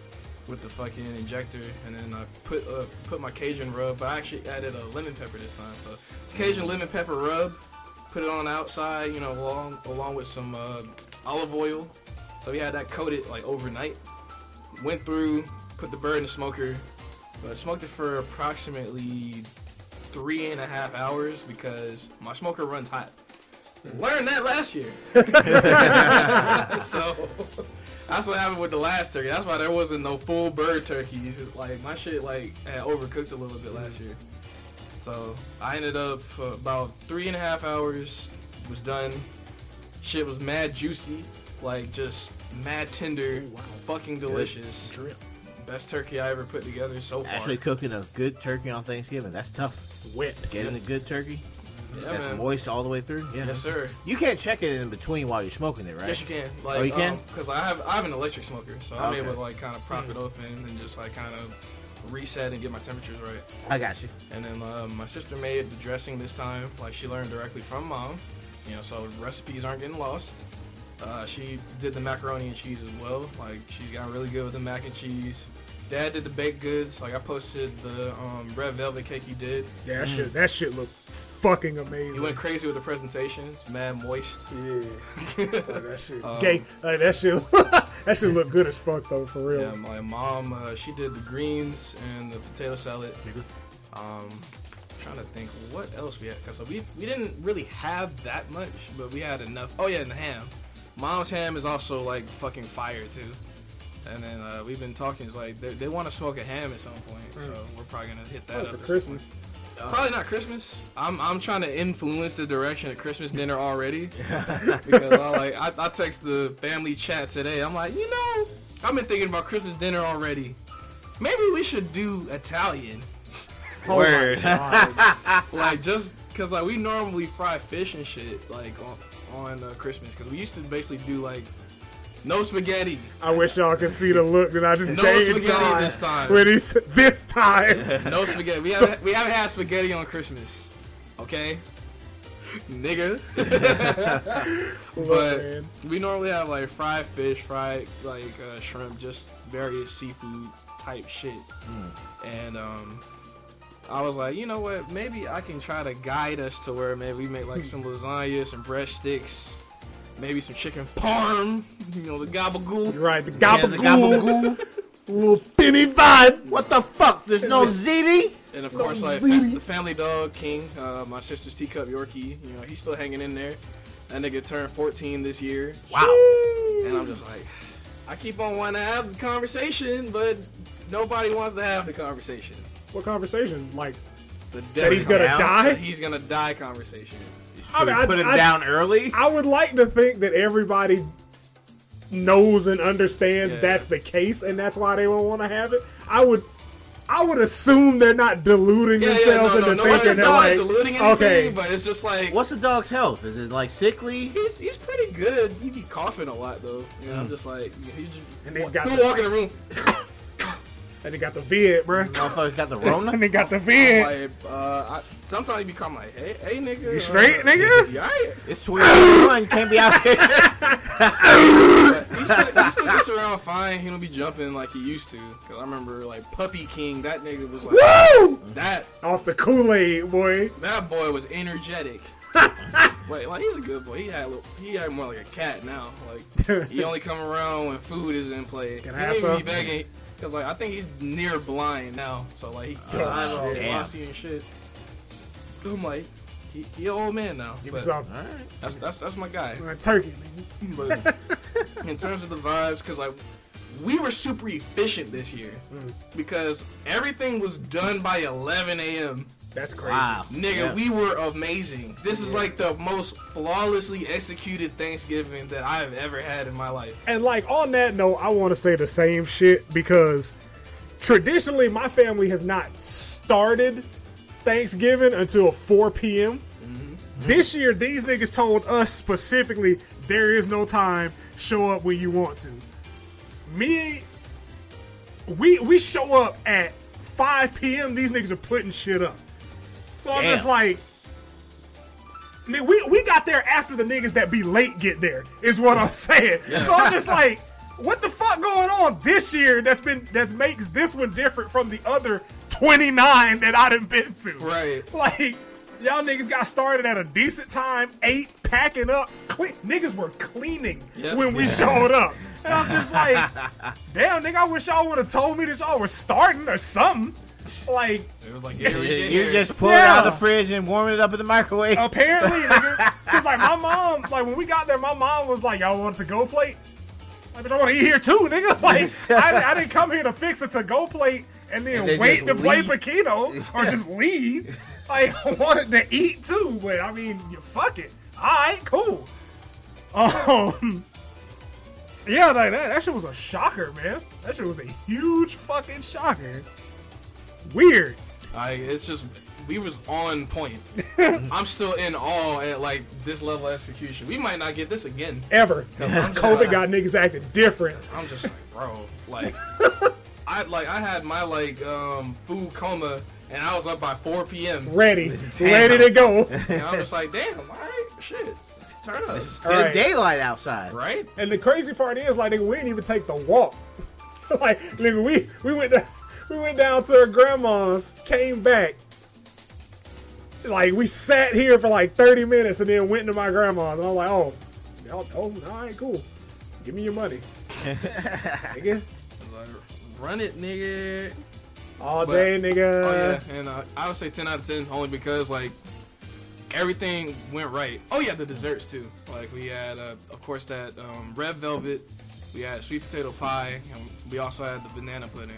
with the fucking injector, and then I put uh, put my Cajun rub. But I actually added a lemon pepper this time, so it's Cajun lemon pepper rub. Put it on the outside, you know, along along with some uh, olive oil. So we had that coated like overnight. Went through, put the bird in the smoker, but I smoked it for approximately three and a half hours because my smoker runs hot. Learned that last year. so that's what happened with the last turkey. That's why there wasn't no full bird turkeys. It's like my shit like had overcooked a little bit last year. So I ended up uh, about three and a half hours was done. Shit was mad juicy, like just mad tender, fucking delicious. Drip. Best turkey I ever put together so far. Actually, cooking a good turkey on Thanksgiving, that's tough. Whip. Getting a good turkey yeah, that's man. moist all the way through. Yeah. Yes, sir. You can't check it in between while you're smoking it, right? Yes, you can. Like, Oh, um, you can? Because I have I have an electric smoker, so I'm Okay. Hmm. able to like kind of prop it open and just like kind of reset and get my temperatures right. I got you. And then um, my sister made the dressing this time. Like she learned directly from mom, you know, so recipes aren't getting lost. Uh, she did the macaroni and cheese as well. Like she's got really good with the mac and cheese. Dad did the baked goods. Like I posted the um, red velvet cake he did. Yeah, that shit, that shit looked fucking amazing. He Mm. went crazy with the presentations. Mad moist. [laughs] yeah, like, that shit, [laughs] Um, gay. Like that shit, [laughs] that shit looked good as fuck though, for real. Yeah, my mom, uh, she did the greens and the potato salad. Um, trying to think what else we had. Cause we we didn't really have that much, but we had enough. Oh yeah, and the ham. Mom's ham is also like fucking fire too. And then uh, we've been talking. It's like they, they want to smoke a ham at some point, so we're probably gonna hit that Mm. for up. at some Christmas. point. Probably not Christmas. I'm, I'm trying to influence the direction of Christmas dinner already. because I like I, I text the family chat today. I'm like, you know, I've been thinking about Christmas dinner already. Maybe we should do Italian. Oh Word. Like just cause like we normally fry fish and shit like on, on uh, Christmas because we used to basically do like no spaghetti, I wish y'all could see the look that I just no gave spaghetti John this time. when he said, this time. No spaghetti. We haven't we haven't had spaghetti on Christmas. Okay? Nigga. [laughs] but man. we normally have like fried fish, fried like uh, shrimp, just various seafood type shit. And um I was like, you know what? Maybe I can try to guide us to where maybe we make like some lasagna, some breadsticks, maybe some chicken parm, [laughs] you know, the gabagool. right, the Yeah, the [laughs] gabagool, gabagool. little penny vibe. What the fuck? There's no ziti. And of course, like fa- the family dog King, uh, my sister's teacup Yorkie, you know, he's still hanging in there. That nigga turned 14 this year, Wow. and I'm just like, I keep on wanting to have the conversation, but nobody wants to have the conversation. What conversation? Like The that he's gonna Down. that die? he's gonna die conversation. I mean, I- put it I- down early. I would like to think that everybody knows and understands Yeah. that's the case, and that's why they won't want to have it. I would, I would assume they're not deluding Yeah, yeah, themselves no, no, into nobody's not thinking they're like, diluting anything, okay, but it's just like What's the dog's health? Is it like sickly? he's he's pretty good. He be coughing a lot though, and I'm just like, he just Hmm. And they've wa- got he'll the- walk in the room. and they got the vid, bruh. [laughs] Motherfucker got the Rona. And they Oh got the vid. Like, uh, I, sometimes you become like, hey, hey, nigga, Eh. You straight, uh, [laughs] nigga? You alright? It's 2021. Can't be out here. [laughs] But he still, he still gets around fine. He don't be jumping like he used to. Cause I remember like Puppy King, that nigga was like Woo! that. Off the Kool Aid, boy. That boy was [laughs] energetic. Wait, like he's a good boy. He had a little, he had more like a cat now. [laughs] Like he only come around when food is in play. Can he I don't have even be some? begging. Cause like I think he's near blind now. So like he Oh, blind all shit. glossy and shit. I'm like, he, he an old man now. Give me But something. that's that's that's my [laughs] guy. Uh, Turkey, nigga. But in terms of the vibes, because like we were super efficient this year Mm. because everything was done by 11 a.m. That's crazy. Wow. Nigga, Yeah. we were amazing. This is like the most flawlessly executed Thanksgiving that I've ever had in my life. And like on that note, I want to say the same shit because traditionally my family has not started Thanksgiving until 4 p.m. Mm-hmm. This year, these niggas told us specifically there is no time. Show up when you want to. Me, we we show up at 5 p.m. These niggas are putting shit up. So I'm Damn. just like, nigga, we, we got there after the niggas that be late get there, is what I'm saying. So I'm just like, what the fuck going on this year that's been that makes this one different from the other 29 that I done been to? Right. [laughs] Like, y'all niggas got started at a decent time, ate, packing up. Cle- niggas were cleaning Yep. when we showed up. And I'm just like, [laughs] damn, nigga, I wish y'all would have told me that y'all were starting or something. Like, It was like, here we get You here. just pull it out of Yeah. the fridge and warm it up in the microwave. apparently, nigga. Because, like, my mom, like, when we got there, my mom was like, y'all want to go plate? Like, but I want to eat here too, nigga. [laughs] Like, I, I didn't come here to fix a to go plate and then And then wait just to play leave. Pacino [laughs] or just leave. Like, [laughs] I wanted to eat too, but I mean, you fuck it. All right, cool. Um, [laughs] yeah, like that. That shit was a shocker, man. That shit was a huge fucking shocker. Weird. I, it's just we was on point. [laughs] I'm still in awe at like this level of execution. We might not get this again. Ever. I'm just [laughs] COVID like- got niggas acting different. I'm just like, bro, [laughs] like I like I had my like um food coma and I was up by 4 p.m. [laughs] Ready. Ready to go. And I was like, damn, all right, shit, turn [laughs] up, It's All right. daylight outside. right? And the crazy part is, like, nigga, we didn't even take the walk. [laughs] like, nigga, we we went down, [laughs] we went down to her grandma's, came back. Like, we sat here for like 30 minutes and then went to my grandma's, and I'm like, oh, y'all, oh, all right, cool. Give me your [laughs] money, nigga. Like, Run it, nigga. All But- day, nigga. Oh yeah, and uh, I would say 10 out of 10 only because like everything went right. Oh yeah, the desserts too. Like we had, uh, of course, that um, red velvet. We had sweet potato pie, and we also had the banana pudding.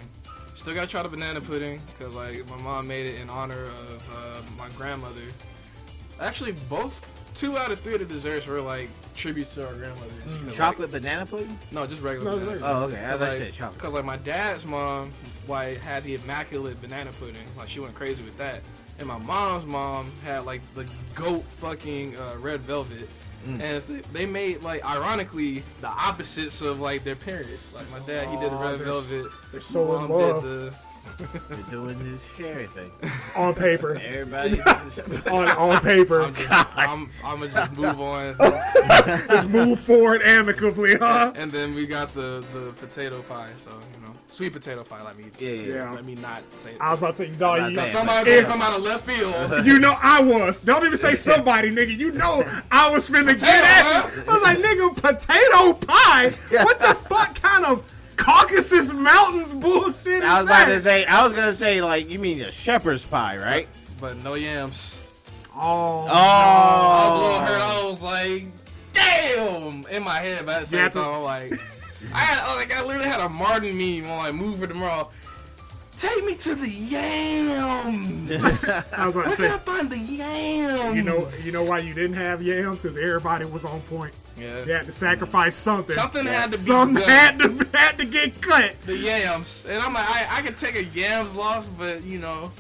Still gotta try the banana pudding because like my mom made it in honor of uh, my grandmother. Actually, both two out of three of the desserts were like tributes to our grandmothers. 'Cause, like- Chocolate banana pudding? Mm, no, just regular. No, banana. regular. Oh, okay. I thought you [laughs] said chocolate. Because like my dad's mom, like had the immaculate banana pudding. Like she went crazy with that. And my mom's mom had like the goat fucking uh, red velvet. Mm. And it's, they made like ironically the opposites of like their parents. Like my dad, he did the Aw, red they're s- velvet. they're so My in mom love. the They're doing this sharing thing. On paper, [laughs] Everybody. doing on on paper. I'm, just, I'm, I'm gonna just [laughs] move on. Just move forward amicably, [laughs] huh? and then we got the the potato pie. So you know, sweet potato pie. Let me Yeah, yeah, yeah. let me not say. I was about to say, dog, Not you, bad. Somebody Yeah. come out of left field. [laughs] You know I was. Don't even say somebody, nigga. You know I was finna get at you. I was like, nigga, potato pie? What the fuck kind of Caucasus Mountains bullshit is I was about to that? say. I was gonna say like you mean a shepherd's pie, right? But no yams. Oh. I was a little Oh. hurt. I was like, damn, in my head. But at the same Yeah, I time, I'm like, I had, like I literally had a Martin meme on like move for tomorrow. Take me to the yams. I was about to Where can I say, find the yams? you know, you know why you didn't have yams? Because everybody was on point. yeah. They had to sacrifice something. Something had to be Some done. had to had to get cut. The yams, and I'm like, I, I could take a yams loss, but you know.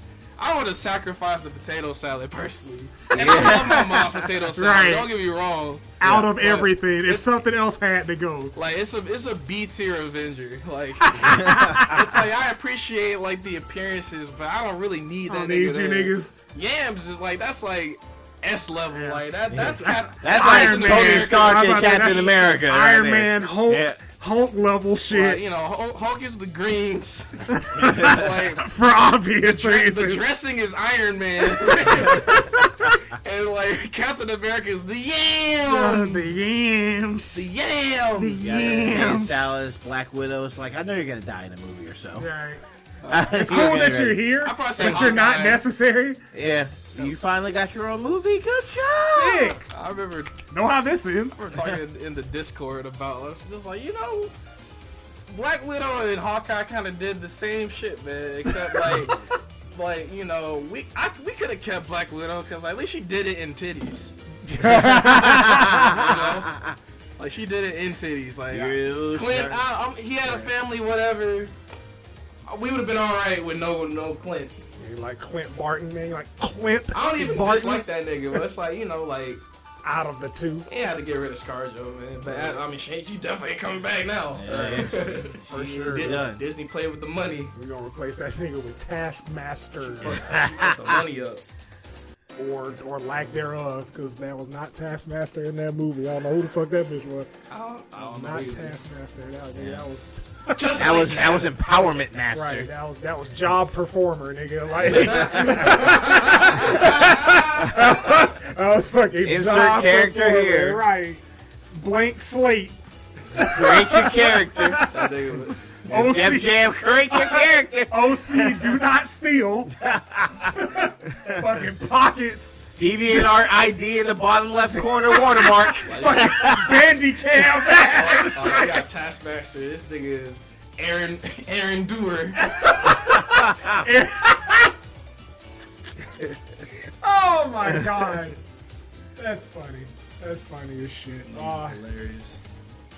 I would have sacrificed the potato salad personally. And I love my mom's potato salad. [laughs] Right. Don't get me wrong. Out of but- everything, if something else had to go, Like it's a it's a B tier Avenger. [laughs] [laughs] Like it's like I appreciate like the appearances, but I don't really need I that. nigga don't need you there. niggas. Yams is like that's like S level. Yeah. Like that that's That's- That's Iron like Tony Man. Stark I'm and about to say, Captain that's America. right Iron there. Man, Hulk, Yeah. Hulk level like, shit you know Hulk, Hulk is the [laughs] greens. [laughs] like for obvious the reasons. dressing is Iron Man, [laughs] [laughs] and like Captain America is the Uh, yams. the yams. The yams. Oh, Yeah, yeah, Yams. Dallas, Black Widow. It's like I know you're gonna die in a movie or so. Right. [laughs] it's Cool that you're here, I probably say but you're not Hawkeye. necessary. Yeah, you finally got your own movie. Good job. Sick. I remember Know how this ends. We're talking in the Discord about us. Just like, you know, Black Widow and Hawkeye kind of did the same shit, man. Except like, like you know, we I, we could have kept Black Widow because at least she did it in titties. you know? Like she did it in titties. Like You Clint, sir. I, I'm, he had a family, whatever. We would have been all right with no no Clint. You're like Clint Barton, man. You're like Clint I don't even Barton dislike that nigga, but it's like you know, like out of the two. he had to get rid of ScarJo, man. But I, I mean, she, she definitely ain't coming back now. Yeah. For sure. Disney, done. Disney played with the money. We're gonna replace that nigga with Taskmaster. Put the money up. or or lack thereof, because that was not Taskmaster in that movie. I don't know who the fuck that bitch was. I don't, I don't know. Not either. Taskmaster. That was, that was Just That like was that was empowerment master. right. That was that was job performer, nigga. Like [laughs] that was fucking Insert job character performer, here. Right. Blank slate. Create your character. that nigga was- Jam OC, Jam, create your character. OC, do not steal. fucking pockets. DeviantArt ID in the bottom left corner watermark. Bandy cam. [laughs] Oh, we got Taskmaster. This nigga is Aaron Aaron Dewar. oh my god. That's funny. That's funny as shit. Uh, hilarious.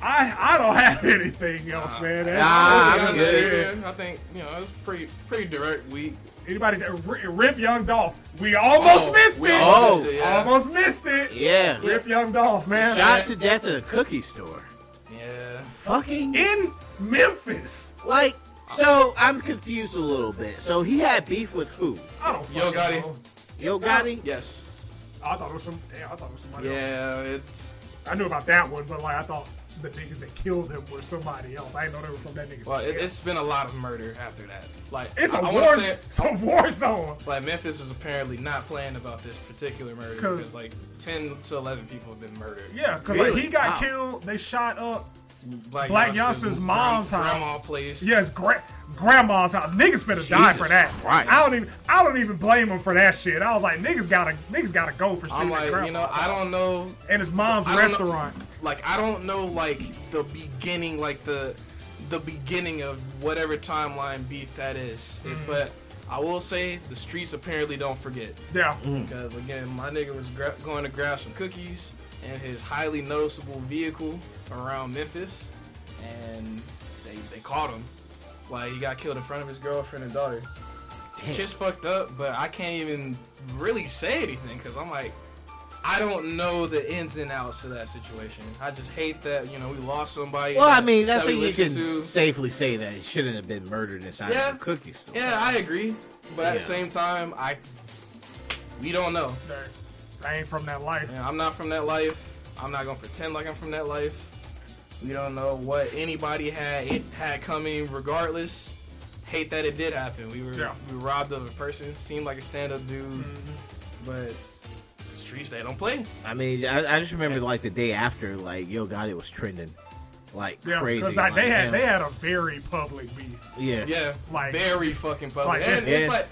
I I don't have anything else, man. That's- Oh, Nah, Yeah, I'm good. yeah, I think you know it's pretty pretty direct week. Anybody rip Young Dolph? We almost missed we it. almost Oh. did, yeah. Almost missed it. Yeah. Rip Young Dolph, man. Shot to death at a cookie store. Yeah. Fucking in Memphis. like. So I'm confused a little bit. So he had beef with who? I don't fucking Yo Gotti. know. Yo Gotti. Yes. I thought it was some. Damn, I thought it was somebody else. Yeah. It's I knew about that one, but like I thought the niggas that killed him were somebody else. I didn't know they were from that nigga's. well, it, camp. it's been a lot of murder after that. Like it's a I- I wanna war. say- It's a war zone. Like Memphis is apparently not playing about this particular murder 'Cause- because like ten to eleven people have been murdered. Yeah, because like Really? he got Wow. killed. They shot up. Black, Black Youngster's mom's grand- house. grandma place. Yes, gra- grandma's house. Niggas finna die Jesus for that. Christ. I don't even. I don't even blame him for that shit. I was like, niggas gotta. Niggas gotta go for shit. I'm at like, you know, grandma's I house. don't know, And his mom's I don't know- restaurant. like, I don't know, like the beginning, like the the beginning of whatever timeline beef that is. Mm. But I will say, the streets apparently don't forget Yeah. because again, my nigga was gra- going to grab some cookies in his highly noticeable vehicle around Memphis, and they they caught him. Like he got killed in front of his girlfriend and daughter. Damn. Shit's fucked up, but I can't even really say anything because I'm like, I don't know the ins and outs of that situation. I just hate that you know we lost somebody. Well, I that- mean, I that we think you can listened to. safely say that it shouldn't have been murdered inside Yeah. of a cookie store. Yeah, I agree, but at Yeah. the same time, I we don't know. I ain't from that life. And I'm not from that life. I'm not gonna pretend like I'm from that life. We don't know what anybody had it had coming. Regardless, hate that it did happen. We were Yeah. we were robbed of a person. Seemed like a stand-up dude, Mm-hmm. but streets they don't play. I mean, I, I just remember like the day after, like Yo Gotti was trending like Yeah, crazy. because like, they had him. they had a very public beef. yeah. Yeah, Like- very fucking public. like, and yeah. it's like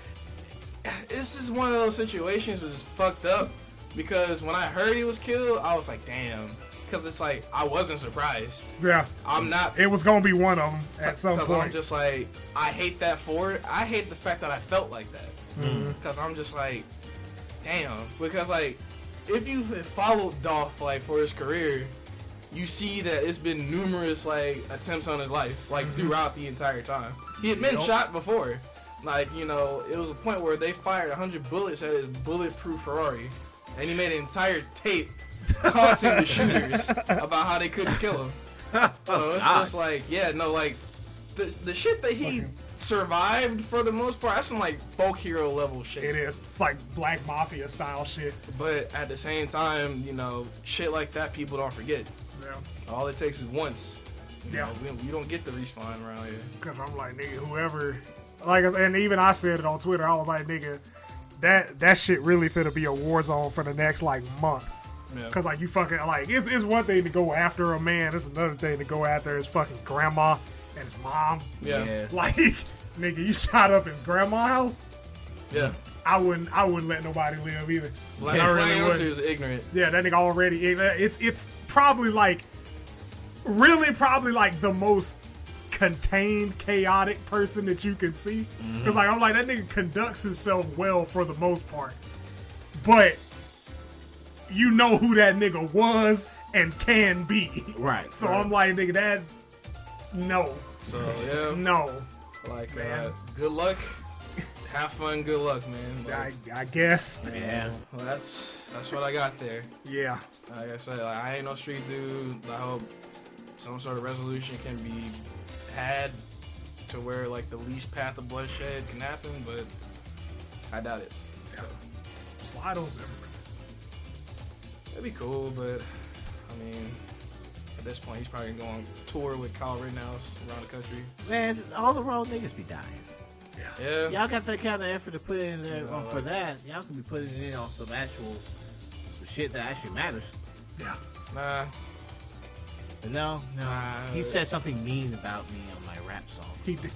this is one of those situations that's fucked up because when I heard he was killed, I was like, damn. Because it's like I wasn't surprised. Yeah, I'm not it was gonna be one of them at some Because I'm point. just like, I hate that for it. I hate the fact that I felt like that. Mm-hmm. Because I'm just like, damn. Because, like, if you had followed Dolph, like, for his career, you see that it's been numerous, like, attempts on his life, like, Mm-hmm. throughout the entire time. He had been Yep. shot before. Like, you know, it was a point where they fired 100 bullets at his bulletproof Ferrari. And he made an entire tape taunting [laughs] the shooters about how they couldn't kill him. So [laughs] it's Oh, God. just like, yeah, no, like the the shit that he survived for the most part, that's some like folk hero level shit. it is. It's like black mafia style shit. But at the same time, you know, shit like that people don't forget. Yeah, All it takes is once. You Yeah. know, we, we don't get the respawn around here. because I'm like nigga, whoever. Like I said, and even I said it on Twitter. I was like nigga, that that shit really finna be a war zone for the next like month. Yeah. Cause like you fucking like it's, it's one thing to go after a man, it's another thing to go after his fucking grandma and his mom. Yeah. Yeah. Yeah. [laughs] Like nigga, you shot up his grandma's house. yeah. I wouldn't I wouldn't let nobody live either. Black, I Black really Panther wouldn't. is ignorant. Yeah, that nigga already. uh, It's it's probably like, really probably like the most contained, chaotic person that you can see. Cause like I'm like that nigga conducts himself well for the most part, but you know who that nigga was and can be. [laughs] Right. So I'm like nigga that, no, So yeah. [laughs] no. Like Man. uh, good luck. Have fun, good luck, man. Like, I I guess Yeah. well, that's that's what I got there. yeah. Like I said, like, I ain't no street dude. I hope some sort of resolution can be had to where like the least path of bloodshed can happen, but I doubt it. Waddle's everywhere. That'd be cool, but I mean, at this point, he's probably going on tour with Kyle Rittenhouse around the country. Man, all the wrong niggas be dying. Yeah. Y'all got that kind of effort to put in there No. on, for that. Y'all can be putting it in on some actual some shit that actually matters. Yeah. Nah. But no, no. Nah. he said something mean about me on my rap song. He di-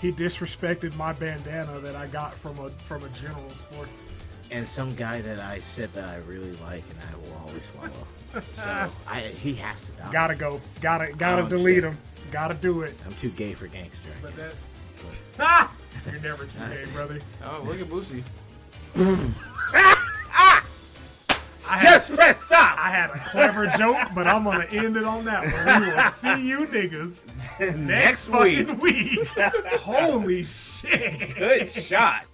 he disrespected my bandana that I got from a from a general store. and some guy that I said that I really like and I will always [laughs] follow. so I, he has to die. Gotta go. Gotta gotta Ah. Oh, delete shit. him. Gotta do it. I'm too gay for gangster. I But guess. that's ah! You're never too [laughs] gay, brother. Oh, look at Boosie. I had, Just press stop. I had a clever joke, but I'm gonna end it on that one. We will see you [laughs] niggas next, Next week. fucking week. [laughs] Holy shit. Good shot.